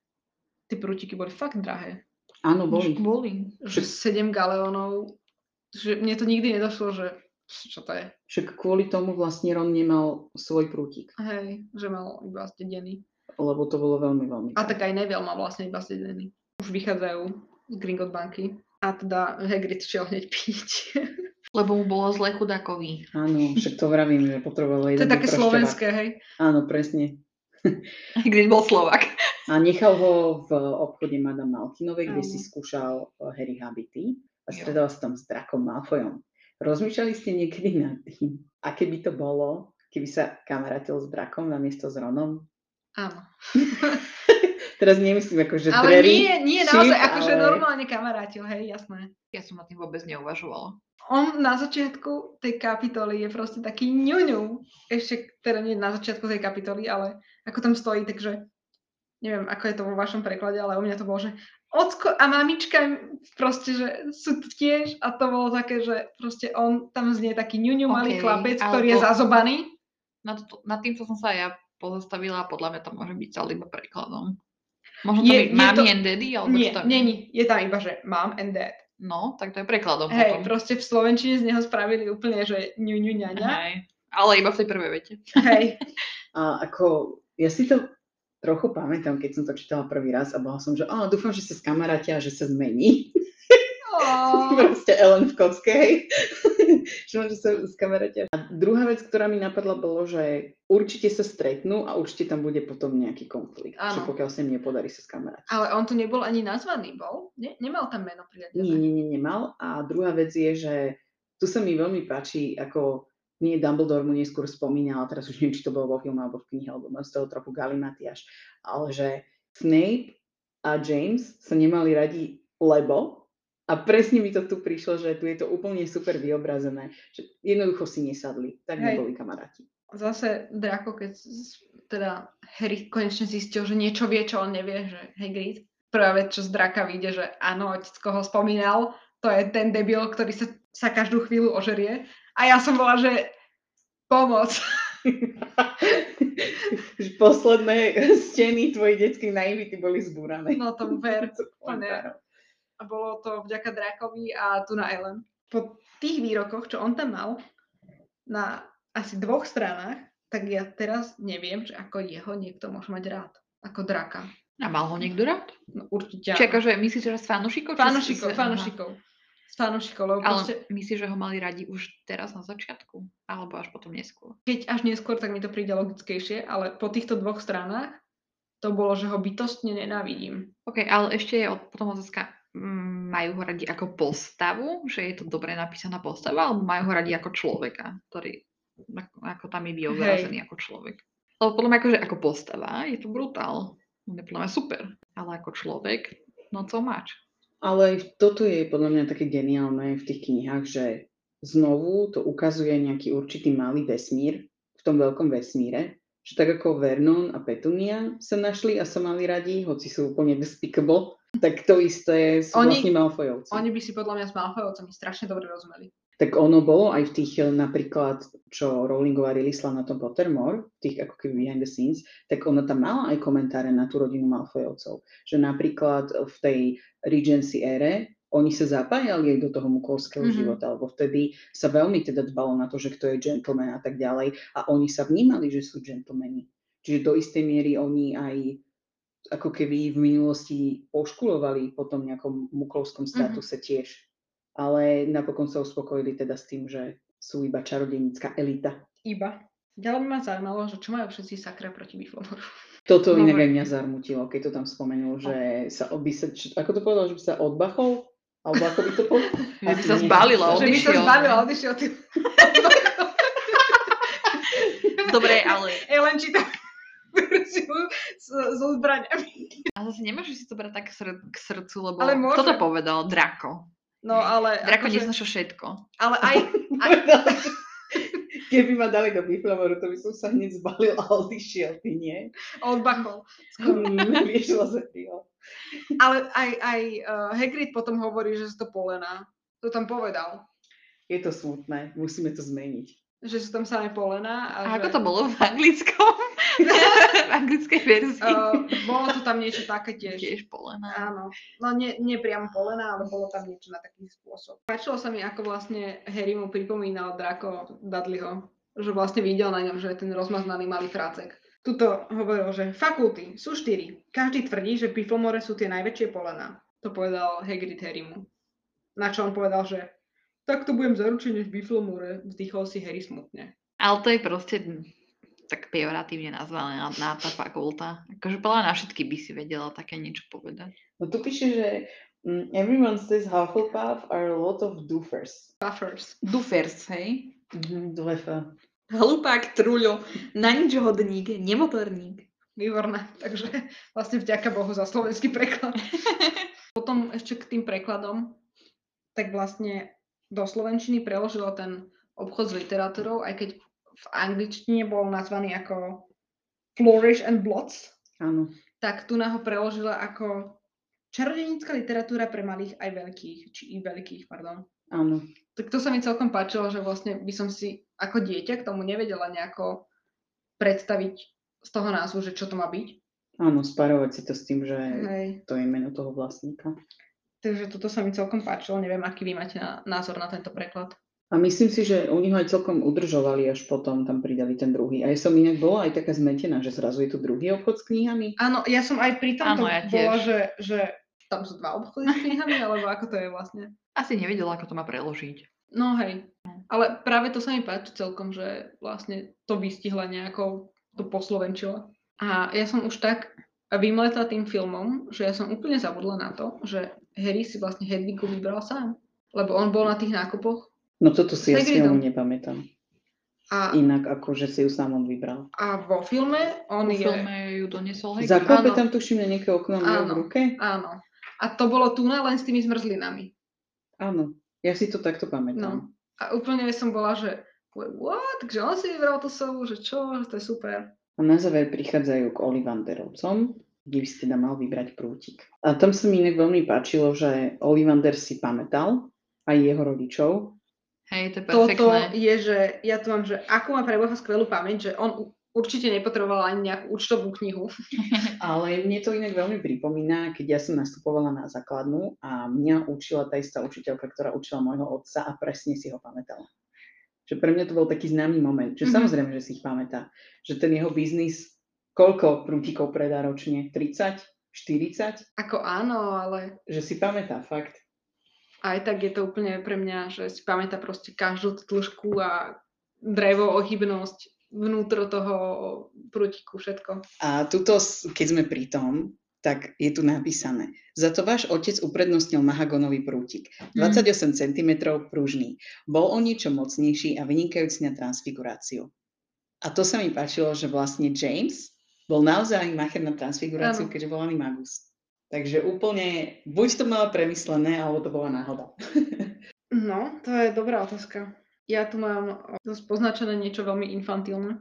Speaker 4: tie prútiky boli fakt drahé.
Speaker 2: Áno,
Speaker 1: Boli.
Speaker 2: boli.
Speaker 1: boli.
Speaker 4: Že 7 galeónov, že mne to nikdy nedošlo, že čo to je.
Speaker 2: Však kvôli tomu vlastne Ron nemal svoj prútik,
Speaker 4: Hej, že mal iba stedený.
Speaker 2: lebo to bolo veľmi, veľmi...
Speaker 4: A tak aj Neville má vlastne iba stedený. Už vychádzajú z Gringot banky. A teda Hagrid šiel hneď piť.
Speaker 1: Lebo mu bolo zle (laughs) chudákový.
Speaker 2: Áno, však to vravím, že potreboval
Speaker 4: to
Speaker 2: jeden
Speaker 4: je také
Speaker 2: vyprošťovák.
Speaker 4: slovenské, hej.
Speaker 2: Áno, presne.
Speaker 1: Hagrid bol Slovak.
Speaker 2: A nechal ho v obchode Madame Malkinovej, kde
Speaker 4: Áno.
Speaker 2: si skúšal eh, Harry habity a
Speaker 1: Jo.
Speaker 2: stredal sa tam s drakom Malfoyom. Rozmýšľali ste niekedy nad tým, aké by to bolo, keby sa kamarátil s drakom namiesto s Ronom?
Speaker 4: Áno.
Speaker 2: Teraz nemyslím ako, že
Speaker 4: ale
Speaker 2: drery,
Speaker 4: nie, nie,
Speaker 2: šíp,
Speaker 4: naozaj, akože
Speaker 2: ale-
Speaker 4: normálne kamarátil, hej, jasné.
Speaker 1: Ja som na tým vôbec neuvažovala.
Speaker 4: On na začiatku tej kapitoly je proste taký ňuňu. Ešte, teda nie na začiatku tej kapitoly, ale ako tam stojí, takže neviem, ako je to vo vašom preklade, ale u mňa to bolo, že ocko a mamička proste, že sú tu tiež a to bolo také, že proste on tam znie taký ňuňu malý
Speaker 1: Okej,
Speaker 4: chlapec,
Speaker 1: ale
Speaker 4: ktorý je
Speaker 1: to-
Speaker 4: zazobaný.
Speaker 1: Nad, to- nad týmto som sa aj ja pozastavila a podľa mňa to môže byť celým prekladom. Možno to
Speaker 4: Je-
Speaker 1: je,
Speaker 4: je
Speaker 1: mami
Speaker 4: to-
Speaker 1: and daddy, alebo
Speaker 4: Nie,
Speaker 1: čo to je?
Speaker 4: nie, nie, je tam iba, že mom and dad.
Speaker 1: No, tak to je prekladom
Speaker 4: Hej,
Speaker 1: potom.
Speaker 4: proste v Slovenčine z neho spravili úplne, že ňuňu ňaňa.
Speaker 1: Hej. Ale iba v tej prvej vete. (laughs)
Speaker 4: Hej,
Speaker 2: A ako, ja si to trochu pamätám, keď som to čítala prvý raz a bola som, že a dúfam, že sa skamarátia a že sa zmení. (laughs)
Speaker 4: Ó,
Speaker 2: Proste Ellen v kocke, hej. (laughs) že môže sa skamarátia. A druhá vec, ktorá mi napadla, bolo, že určite sa stretnú a určite tam bude potom nejaký konflikt. Že
Speaker 4: Áno.
Speaker 2: pokiaľ sa im nepodarí sa skamarátiť.
Speaker 4: Ale on tu nebol ani nazvaný, bol? Ne, nemal tam meno
Speaker 2: Nie,
Speaker 4: priateľa.
Speaker 2: nie, nie, nemal. A druhá vec je, že tu sa mi veľmi páči, ako nie Dumbledore mu neskôr spomínal, teraz už neviem, či to bolo vo filme alebo v knihe, alebo mám z toho trochu galimatiaž, ale že Snape a James sa nemali radi, lebo a presne mi to tu prišlo, že tu je to úplne super vyobrazené, že jednoducho si nesadli, tak
Speaker 4: Hej.
Speaker 2: neboli kamaráti. (laughs)
Speaker 4: Zase Draco, keď s- teda Harry konečne zistil, že niečo vie, čo on nevie, že Hagrid. Prvá vec, čo z Draka vyjde, že áno, otecko ho spomínal, to je ten debil, ktorý sa, sa každú chvíľu ožerie. A ja som bola, že pomoc.
Speaker 2: Že Posledné steny tvojich detských naivity boli zbúrané.
Speaker 4: No to
Speaker 2: (laughs)
Speaker 4: ver.
Speaker 2: Co komentárov.
Speaker 4: A bolo to vďaka Drakovi a tu na Ellen. Po tých výrokoch, čo on tam mal, na asi dvoch stranách, tak ja teraz neviem, že ako jeho niekto môže mať rád. Ako draka.
Speaker 1: A mal ho niekto rád?
Speaker 4: No určite.
Speaker 1: Či akože myslíš, že z fanúšikov? či z-
Speaker 4: Fanošikov,
Speaker 1: z-
Speaker 4: fanošikov. S fanošikov, lebo
Speaker 1: Aha. Ale
Speaker 4: proste,
Speaker 1: myslíš, že ho mali radi už teraz na začiatku? Alebo až potom neskôr?
Speaker 4: keď až neskôr, tak mi to príde logickejšie, ale po týchto dvoch stranách to bolo, že ho bytostne nenávidím.
Speaker 1: OK, ale ešte je od, potom otázka, mm, majú ho radi ako postavu, že je to dobre napísaná postava, alebo majú ho radi ako človeka, ktorý ako, ako tam je vyobrazený ako človek. Lebo podľa mňa akože ako postava je to brutál. On je podľa mňa super. Ale ako človek, no co máš?
Speaker 2: Ale v- toto je podľa mňa také geniálne v tých knihách, že znovu to ukazuje nejaký určitý malý vesmír v tom veľkom vesmíre, že tak ako Vernon a Petunia sa našli a sa mali radi, hoci sú úplne despicable, tak to isté sú
Speaker 4: Oni-
Speaker 2: vlastne Malfoyovci.
Speaker 4: Oni by si podľa mňa s Malfojovcami strašne dobre rozumeli.
Speaker 2: Tak ono bolo aj v tých eh, napríklad, čo Rowlingová rilisla na tom Pottermore, v tých ako keby behind the scenes, tak ona tam mala aj komentáre na tú rodinu Malfoyovcov. Že napríklad eh, v tej Regency ére oni sa zapájali aj do toho mukolského
Speaker 4: Mhm.
Speaker 2: života, lebo vtedy sa veľmi teda dbalo na to, že kto je gentleman a tak ďalej. A oni sa vnímali, že sú gentlemani. Čiže do istej miery oni aj ako keby v minulosti poškulovali po tom nejakom mukolskom
Speaker 1: Mhm.
Speaker 2: statuse tiež. Ale napokon sa uspokojili teda s tým, že sú iba čarodejnícka elita.
Speaker 4: Iba. Ďalej by ma zaujímalo, že čo majú všetci sakra proti Biflomoru.
Speaker 2: Toto
Speaker 1: No,
Speaker 2: inak
Speaker 1: hej. No.
Speaker 2: aj mňa zarmutilo, keď to tam spomenul, že sa, by sa, č- ako to povedal, že by sa odbachol? Alebo ako by to povedal?
Speaker 1: Že by
Speaker 2: Asi
Speaker 1: sa
Speaker 2: nie.
Speaker 1: zbalila,
Speaker 4: Že by sa
Speaker 1: odišiel.
Speaker 4: zbavila, odišiel ty.
Speaker 1: Dobre, ale...
Speaker 4: Ellen číta so, so zbraniami.
Speaker 1: A zase nemáš že si to brať tak sr- k srdcu, lebo...
Speaker 4: Ale
Speaker 1: Kto to
Speaker 4: môže.
Speaker 1: povedal? Drako.
Speaker 4: No ale,
Speaker 1: Drako
Speaker 4: akože-
Speaker 1: neznaša všetko.
Speaker 4: ale aj,
Speaker 2: Povedal, že (laughs) Keby ma dali do Biflamoru, to by som sa hneď zbalil a odišiel, ty nie?
Speaker 4: odbachol.
Speaker 1: (laughs)
Speaker 2: Nevieš, Lazetio.
Speaker 4: Ale aj, aj uh, Hagrid potom hovorí, že sú to polená. To tam povedal.
Speaker 2: Je to smutné, musíme to zmeniť.
Speaker 4: Že sú tam samé polená. A,
Speaker 1: A
Speaker 4: že...
Speaker 1: ako to bolo v anglickom? (laughs) v anglickej verzii.
Speaker 4: Uh, bolo to tam niečo také
Speaker 1: (laughs)
Speaker 4: tiež.
Speaker 1: Tiež polená.
Speaker 4: Áno, no nie, nie priamo polená, ale bolo tam niečo na taký spôsob. Páčilo sa mi, ako vlastne Harry mu pripomínal Draco Dudleyho, že vlastne videl na ňom, že je ten rozmaznaný malý frácek. Tuto hovoril, že fakulty sú štyri. Každý tvrdí, že v Piflomore sú tie najväčšie polená. To povedal Hagrid Harrymu. Na čo on povedal, že tak to budem zaručený v Biflomore, vzdýchol si Harry smutne.
Speaker 1: Ale to je proste mm, tak pejoratívne nazvané na, na tá fakulta. Akože podľa na všetky by si vedela také niečo povedať.
Speaker 5: No tu píše, že mm, everyone says Hufflepuff are a lot of doofers.
Speaker 4: Buffers.
Speaker 1: Dufers, hej?
Speaker 5: Mhm, Dvefa.
Speaker 6: Hlupák, truľo, na nič hodník, nemotorník.
Speaker 4: Výborné. (laughs) Takže vlastne vďaka Bohu za slovenský preklad. Potom ešte k tým prekladom, tak vlastne do slovenčiny preložila ten obchod s literatúrou, aj keď v angličtine bol nazvaný ako Flourish and Blots,
Speaker 2: Áno.
Speaker 4: tak tu ho preložila ako čarodejnícka literatúra pre malých aj veľkých, či i veľkých, pardon.
Speaker 2: Áno.
Speaker 4: Tak to sa mi celkom páčilo, že vlastne by som si ako dieťa k tomu nevedela nejako predstaviť z toho názvu, že čo to má byť.
Speaker 2: Áno, sparovať si to s tým, že
Speaker 4: Hej.
Speaker 2: to je meno toho vlastníka.
Speaker 4: Takže toto sa mi celkom páčilo. Neviem, aký vy máte na, názor na tento preklad.
Speaker 2: A myslím si, že oni ho aj celkom udržovali, až potom tam pridali ten druhý. A ja som inak bola aj taká zmetená, že zrazu je tu druhý obchod s knihami.
Speaker 4: Áno, ja som aj pri tomto
Speaker 1: Áno, ja tiež.
Speaker 4: bola, že, že tam sú dva obchody s knihami, alebo ako to je vlastne.
Speaker 1: Asi nevedela, ako to má preložiť.
Speaker 4: No hej. Ale práve to sa mi páči celkom, že vlastne to vystihla nejakou, to poslovenčila. A ja som už tak vymletla tým filmom, že ja som úplne zabudla na to, že Harry si vlastne Hedvigu vybral sám. Lebo on bol na tých nákupoch.
Speaker 2: No toto si ja si
Speaker 4: Hagridom.
Speaker 2: veľmi nepamätám.
Speaker 4: A,
Speaker 2: Inak ako, že si ju sám on vybral.
Speaker 4: a vo filme on
Speaker 1: Po
Speaker 4: je...
Speaker 1: filme ju doniesol Hagrid.
Speaker 2: Zaklope
Speaker 4: áno.
Speaker 2: tam tuším na nejaké okno má
Speaker 4: Áno.
Speaker 2: v ruke?
Speaker 4: Áno. A to bolo tu len s tými zmrzlinami.
Speaker 2: Áno. Ja si to takto pamätám.
Speaker 4: No. A úplne som bola, že wait, what? Že on si vybral tú sovu, že čo? Že to je super.
Speaker 2: A na záver prichádzajú k Olivanderovcom, kde by si teda mal vybrať prútik. A tam sa mi inak veľmi páčilo, že Olivander si pamätal aj jeho rodičov.
Speaker 1: Hej, to je
Speaker 4: Toto
Speaker 1: perfektné.
Speaker 4: je, že ja tu mám, že akú má preboha skvelú pamäť, že on u- určite nepotreboval ani nejakú účtovú knihu. (laughs)
Speaker 2: Ale mne to inak veľmi pripomína, keď ja som nastupovala na základnú a mňa učila tá istá učiteľka, ktorá učila môjho otca a presne si ho pamätala. Že pre mňa to bol taký známy moment, že
Speaker 4: Mhm.
Speaker 2: samozrejme, že si ich pamätá. Že ten jeho biznis, koľko prútikov predá ročne? 30? 40?
Speaker 4: Ako áno, ale
Speaker 2: Že si pamätá fakt.
Speaker 4: aj tak je to úplne pre mňa, že si pamätá proste každú tú dĺžku a drevo, ohybnosť, vnútro toho prútiku, všetko.
Speaker 2: A tuto, s- keď sme pri tom, tak je tu napísané. Za to váš otec uprednostnil mahagonový prútik. 28 cm pružný. Bol o niečo mocnejší a vynikajúci na transfiguráciu. A to sa mi páčilo, že vlastne James bol naozaj macher na transfiguráciu,
Speaker 4: Áno.
Speaker 2: keďže bol animagus. Takže úplne, buď to mala premyslené, alebo to bola náhoda. (laughs)
Speaker 4: No, to je dobrá otázka. Ja tu mám o, dosť poznačené niečo veľmi infantilné,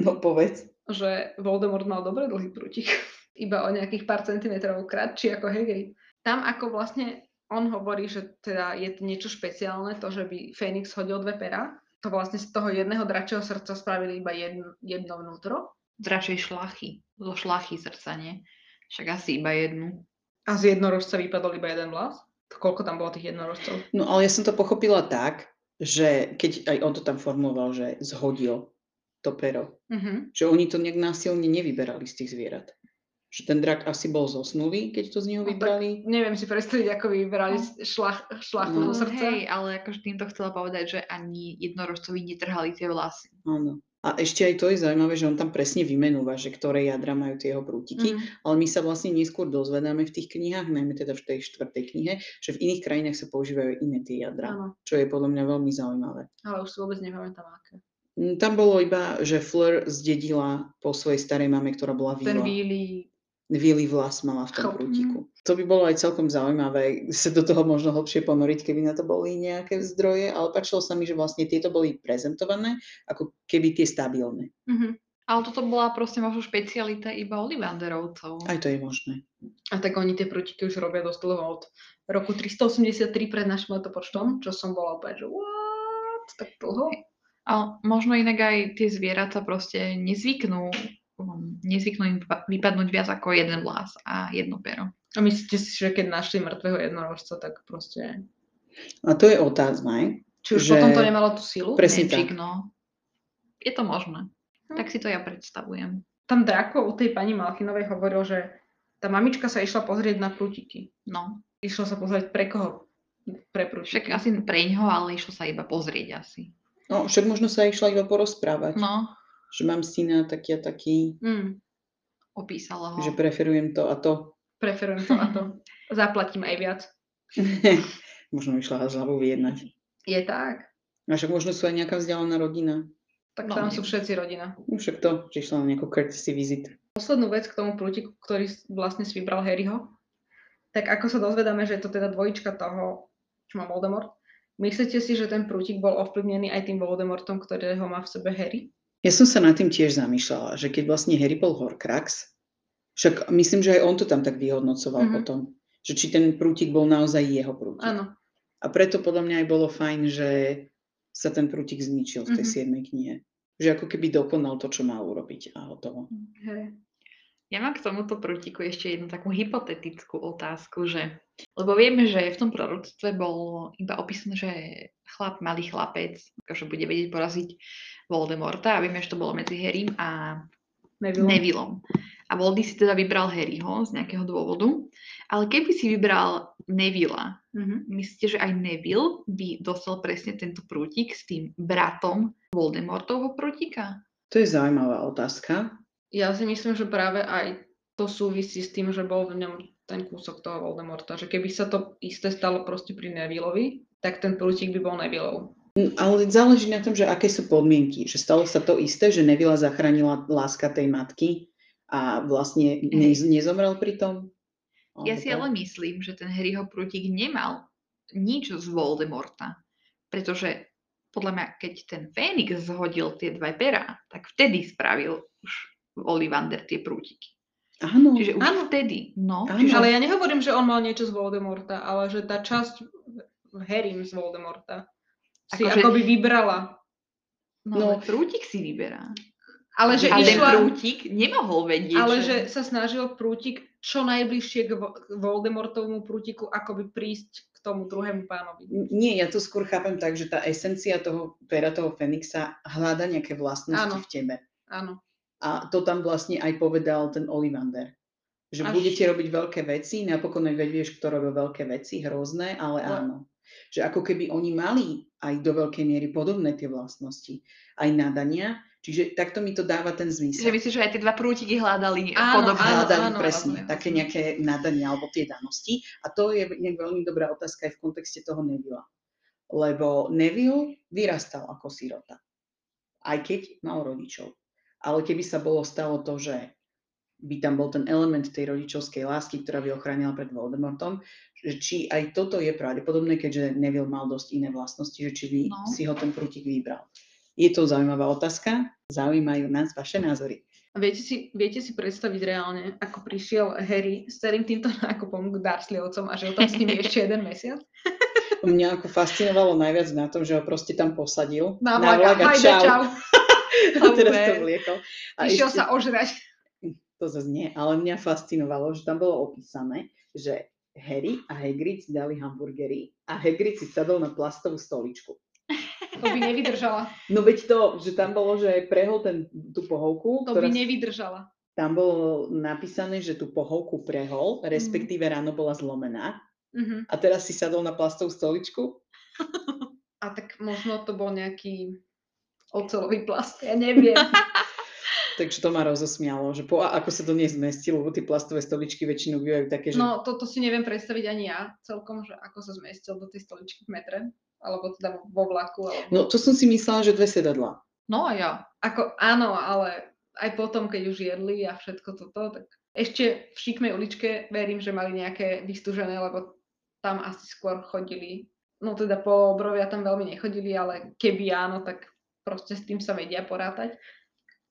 Speaker 2: no povedz.
Speaker 4: že Voldemort mal dobre dlhý prútik, (laughs) iba o nejakých pár centimetrov kratší ako Hagrid. Tam ako vlastne on hovorí, že teda je to niečo špeciálne, to, že by Fénix hodil dve pera, to vlastne z toho jedného dračieho srdca spravili iba jedno, jedno vnútro
Speaker 1: Dračej šlachy. Zo šlachy srdca, nie? Však asi iba jednu.
Speaker 4: a z jednorožca vypadol iba jeden vlas. To Koľko tam bolo tých jednorožcov?
Speaker 2: No ale ja som to pochopila tak, že keď aj on to tam formuloval, že zhodil to pero.
Speaker 4: Mhm.
Speaker 2: Že oni to nejak násilne nevyberali z tých zvierat. Že ten drak asi bol zosnulý, keď to z neho
Speaker 4: No tak-
Speaker 2: vybrali.
Speaker 4: Neviem si predstaviť, ako vybrali šlach, šlach
Speaker 2: No,
Speaker 4: no, srdca.
Speaker 1: hej, ale akože týmto chcela povedať, že ani jednorožcovi netrhali tie vlasy.
Speaker 2: Áno. A ešte aj to je zaujímavé, že on tam presne vymenúva, že ktoré jadra majú tie jeho
Speaker 4: Mm.
Speaker 2: prútiky,
Speaker 1: Mhm.
Speaker 2: ale my sa vlastne neskôr dozvedáme v tých knihách, najmä teda v tej štvrtej knihe, že v iných krajinách sa používajú iné tie jadra,
Speaker 4: Áno,
Speaker 2: čo je podľa mňa veľmi zaujímavé.
Speaker 4: ale už si vôbec nepamätám, aké.
Speaker 2: Mm, Tam bolo iba, že Fleur zdedila po svojej starej mame, ktorá bola
Speaker 4: Ten
Speaker 2: víla.
Speaker 4: bílý
Speaker 2: Víly vlas mala v tom
Speaker 4: Chlp.
Speaker 2: prútiku. To by bolo aj celkom zaujímavé sa do toho možno hlbšie ponoriť, keby na to boli nejaké zdroje, ale páčilo sa mi, že vlastne tieto boli prezentované ako keby tie stabilné.
Speaker 4: Mhm.
Speaker 1: Ale toto bola proste možno špecialita iba Olivanderovcov.
Speaker 2: Aj to je možné.
Speaker 4: A tak oni tie prútiky už robia dosť dlho od roku 383 pred našim letopočtom, čo som bola úplne, že what? Tak dlho?
Speaker 1: A A možno inak aj tie zvieratá proste nezvyknú, um, nezvyknú im vypa- vypadnúť viac ako jeden vlas a jedno pero.
Speaker 4: A myslíte si, že keď našli mŕtvého jednorožca, tak proste...
Speaker 2: A to je otázka, aj?
Speaker 4: Či už
Speaker 2: Že-
Speaker 4: potom to nemalo tú silu?
Speaker 2: Pre- Presne
Speaker 1: Magic,
Speaker 2: tak.
Speaker 1: no. Je to možné. Tak si to ja predstavujem.
Speaker 4: Tam Drako u tej pani Malchinovej hovoril, že tá mamička sa išla pozrieť na prútiky.
Speaker 1: No,
Speaker 4: Išla sa pozrieť pre koho? Pre prútiky.
Speaker 1: však asi pre ňoho, ale išlo sa iba pozrieť asi.
Speaker 2: No, však možno sa išla iba porozprávať.
Speaker 1: No,
Speaker 2: Že mám syna taký a taký,
Speaker 4: Mm,
Speaker 1: opísala ho.
Speaker 2: že preferujem to a to. (laughs)
Speaker 4: preferujem to a
Speaker 1: (laughs)
Speaker 4: to. Zaplatím aj viac.
Speaker 2: možno išla s hlavou vyjednať.
Speaker 4: Je tak.
Speaker 2: A však možno sú aj nejaká vzdialená rodina.
Speaker 4: Tak
Speaker 1: No,
Speaker 4: tam
Speaker 1: nie.
Speaker 4: sú všetci rodina.
Speaker 2: No však to, že išla na nejakú courtesy visit.
Speaker 4: Poslednú vec k tomu prútiku, ktorý s- vlastne si vybral Harryho, tak ako sa dozvedáme, že je to teda dvojička toho, čo má Voldemort, myslíte si, že ten prútik bol ovplyvnený aj tým Voldemortom, ktorého má v sebe Harry?
Speaker 2: Ja som sa nad tým tiež zamýšľala, že keď vlastne Harry bol Horcrux, však myslím, že aj on to tam tak vyhodnocoval
Speaker 4: Mhm.
Speaker 2: potom, že či ten prútik bol naozaj jeho prútik.
Speaker 4: Áno.
Speaker 2: A preto podľa mňa aj bolo fajn, že sa ten prútik zničil v tej
Speaker 4: Mhm.
Speaker 2: siedmej knihe. Že ako keby dokonal to, čo mal urobiť a hotovo.
Speaker 4: Hej.
Speaker 1: Ja mám k tomuto prútiku ešte jednu takú hypotetickú otázku, že lebo vieme, že v tom proroctve bolo iba opísané, že chlap, malý chlapec, akože bude vedieť poraziť Voldemorta a vieme, že to bolo medzi Harrym a
Speaker 4: Neville.
Speaker 1: Nevillom. A Voldy si teda vybral Harryho z nejakého dôvodu, ale keby si vybral Nevilla,
Speaker 4: Mhm.
Speaker 1: myslíte, že aj Neville by dostal presne tento prútik s tým bratom Voldemortovho prútika?
Speaker 2: To je zaujímavá otázka.
Speaker 4: Ja si myslím, že práve aj to súvisí s tým, že bol v ňom ten kúsok toho Voldemorta. Že keby sa to isté stalo proste pri Nevilleovi, tak ten prútik by bol Nevilleov.
Speaker 2: No, Ale záleží na tom, že aké sú podmienky. Že stalo sa to isté, že Nevila zachránila láska tej matky a vlastne ne- nezomrel pri tom?
Speaker 1: Mhm. Ja si
Speaker 2: Alebo-
Speaker 1: ale myslím, že ten Harryho prútik nemal nič z Voldemorta, pretože podľa mňa, keď ten Fénix zhodil tie dve perá, tak vtedy spravil už Olivander tie prútiky.
Speaker 2: Áno,
Speaker 1: Čiže už
Speaker 4: Áno.
Speaker 1: vtedy, no.
Speaker 2: Áno.
Speaker 1: Čiže, ale...
Speaker 4: Ale ja nehovorím, že on mal niečo z Voldemorta, ale že tá časť v- v Harrym z Voldemorta si
Speaker 1: Akože-
Speaker 4: akoby vybrala.
Speaker 1: no,
Speaker 2: No.
Speaker 1: no. prútik si vyberá.
Speaker 4: Ale že,
Speaker 1: a ten
Speaker 4: išla,
Speaker 1: prútik nemohol vedieť.
Speaker 4: ale že sa snažil prútik čo najbližšie k Vo- k Voldemortovmu prútiku akoby prísť k tomu druhému pánovi.
Speaker 2: nie, ja to skôr chápem tak, že tá esencia toho pera, toho Fenixa hľada nejaké vlastnosti
Speaker 4: Áno.
Speaker 2: v tebe.
Speaker 4: Áno.
Speaker 2: A to tam vlastne aj povedal ten Olivander. Že
Speaker 4: Až-
Speaker 2: budete robiť veľké veci, napokon aj veď vieš, kto robil veľké veci, hrozné, ale
Speaker 4: Ale-
Speaker 2: áno. Že ako keby oni mali aj do veľkej miery podobné tie vlastnosti, aj nadania, čiže takto mi to dáva ten zmysel.
Speaker 1: Že myslíš, že aj tie dva prútiky hľadali
Speaker 4: Áno,
Speaker 1: podobne.
Speaker 4: áno,
Speaker 2: hľadali
Speaker 4: áno,
Speaker 2: presne
Speaker 4: rozumiem,
Speaker 2: také
Speaker 4: rozumiem.
Speaker 2: nejaké nadania alebo tie danosti. A to je inak veľmi dobrá otázka aj v kontexte toho Nevilla. Lebo Neville vyrastal ako sirota. Aj keď mal rodičov. Ale keby sa bolo stalo to, že by tam bol ten element tej rodičovskej lásky, ktorá by ochránila pred Voldemortom, že či aj toto je pravdepodobné, keďže Neville mal dosť iné vlastnosti, že či by
Speaker 1: No.
Speaker 2: si ho ten prútik vybral. Je to zaujímavá otázka, zaujímajú nás vaše názory.
Speaker 4: A Viete si, viete si predstaviť reálne, ako prišiel Harry s celým týmto nákupom k Dursleyovcom a žil tam s (laughs) nimi ešte jeden mesiac?
Speaker 2: Mňa ako fascinovalo najviac na tom, že ho proste tam posadil.
Speaker 4: Na vlak No a hajde, čau.
Speaker 2: A (laughs) teraz to
Speaker 4: Super.
Speaker 2: vliekol. A
Speaker 4: Išiel
Speaker 2: ešte,
Speaker 4: sa ožrať.
Speaker 2: to zase nie, ale mňa fascinovalo, že tam bolo opísané, že Harry a Hagrid si dali hamburgery a Hagrid si sadol na plastovú stoličku.
Speaker 4: To by nevydržala.
Speaker 2: No veď to, že tam bolo, že prehol ten, tú pohovku,
Speaker 4: To
Speaker 2: ktorá,
Speaker 4: by nevydržala.
Speaker 2: tam bolo napísané, že tú pohovku prehol, respektíve ráno bola zlomená
Speaker 4: Mhm.
Speaker 2: a teraz si sadol na plastovú stoličku.
Speaker 4: A tak možno to bol nejaký ocelový plast. Ja neviem.
Speaker 2: Takže to ma rozosmialo, že po, a ako sa to nezmestilo, lebo tie plastové stoličky väčšinou bývajú také, že
Speaker 4: (laughs) No toto si neviem predstaviť ani ja celkom, že ako sa zmestil do tej stoličky v metre. Alebo teda vo- vo vlaku. Alebo...
Speaker 2: No to som si myslela, že dve sedadla.
Speaker 1: No a ja.
Speaker 4: Ako áno, ale aj potom, keď už jedli a všetko toto, tak ešte v šikmej uličke verím, že mali nejaké vystúžené, lebo tam asi skôr chodili. No teda po obrovia tam veľmi nechodili, ale keby áno, tak proste s tým sa vedia porátať.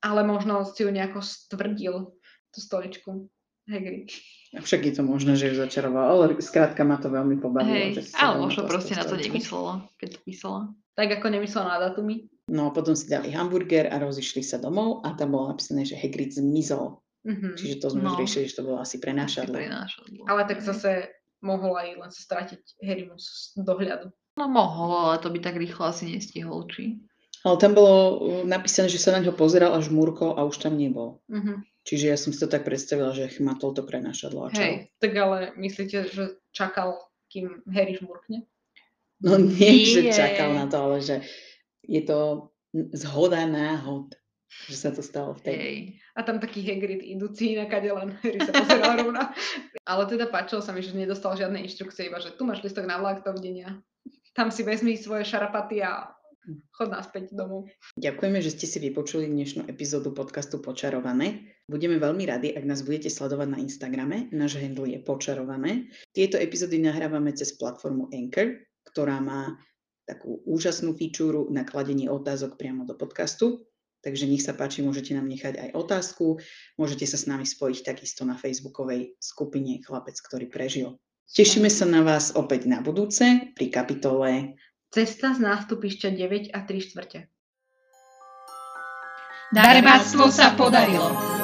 Speaker 4: Ale možno si ju nejako stvrdil, tú stoličku. Hagrid.
Speaker 2: A Však je to možné, že ju začaroval, ale skrátka ma to veľmi pobavilo.
Speaker 1: Hej,
Speaker 2: že si
Speaker 1: ale
Speaker 2: sadol
Speaker 1: možno
Speaker 2: plastovú
Speaker 1: proste na to
Speaker 2: stoličku.
Speaker 1: nemyslelo, keď to písala.
Speaker 4: Tak ako nemyslel na datumy.
Speaker 2: No a potom si dali hamburger a rozišli sa domov a tam bolo napísané, že Hagrid zmizol.
Speaker 4: Mhm.
Speaker 2: Čiže to sme
Speaker 1: No.
Speaker 2: už riešili, že to bolo asi prenášadlo.
Speaker 1: Prenášadlo.
Speaker 4: Ale tak zase mohol aj len sa stratiť Harrymu z dohľadu.
Speaker 1: No mohol, ale to by tak rýchlo asi nestihol, či?
Speaker 2: Ale tam bolo uh, napísané, že sa na ňo pozeral až Murko a už tam nebol.
Speaker 4: Mhm.
Speaker 2: Čiže ja som si to tak predstavila, že chmatol to prenášadlo a čo?
Speaker 1: Hej.
Speaker 4: Tak ale myslíte, že čakal, kým Harry žmurkne?
Speaker 2: No nie, že
Speaker 1: Nie.
Speaker 2: čakal na to, ale že je to n- zhoda náhod, že sa to stalo v tej.
Speaker 1: Hej.
Speaker 4: A tam taký Hagrid idúci na kade len Harry sa (laughs) pozeral rovno. Ale teda páčilo sa mi, že nedostal žiadne inštrukcie, iba že tu máš listok na vlak, dovidenia. Tam si vezmi svoje šarapaty a chod naspäť domov.
Speaker 2: Ďakujeme, že ste si vypočuli dnešnú epizódu podcastu Počarované. Budeme veľmi radi, ak nás budete sledovať na Instagrame. Náš handle je Počarované. Tieto epizódy nahrávame cez platformu Anchor, ktorá má takú úžasnú fičúru na kladenie otázok priamo do podcastu. Takže nech sa páči, môžete nám nechať aj otázku. Môžete sa s nami spojiť takisto na facebookovej skupine Chlapec, ktorý prežil. Tešíme sa na vás opäť na budúce pri kapitole
Speaker 4: Cesta z nástupišťa 9 a 3 štvrte.
Speaker 3: Darebáctvo sa podarilo.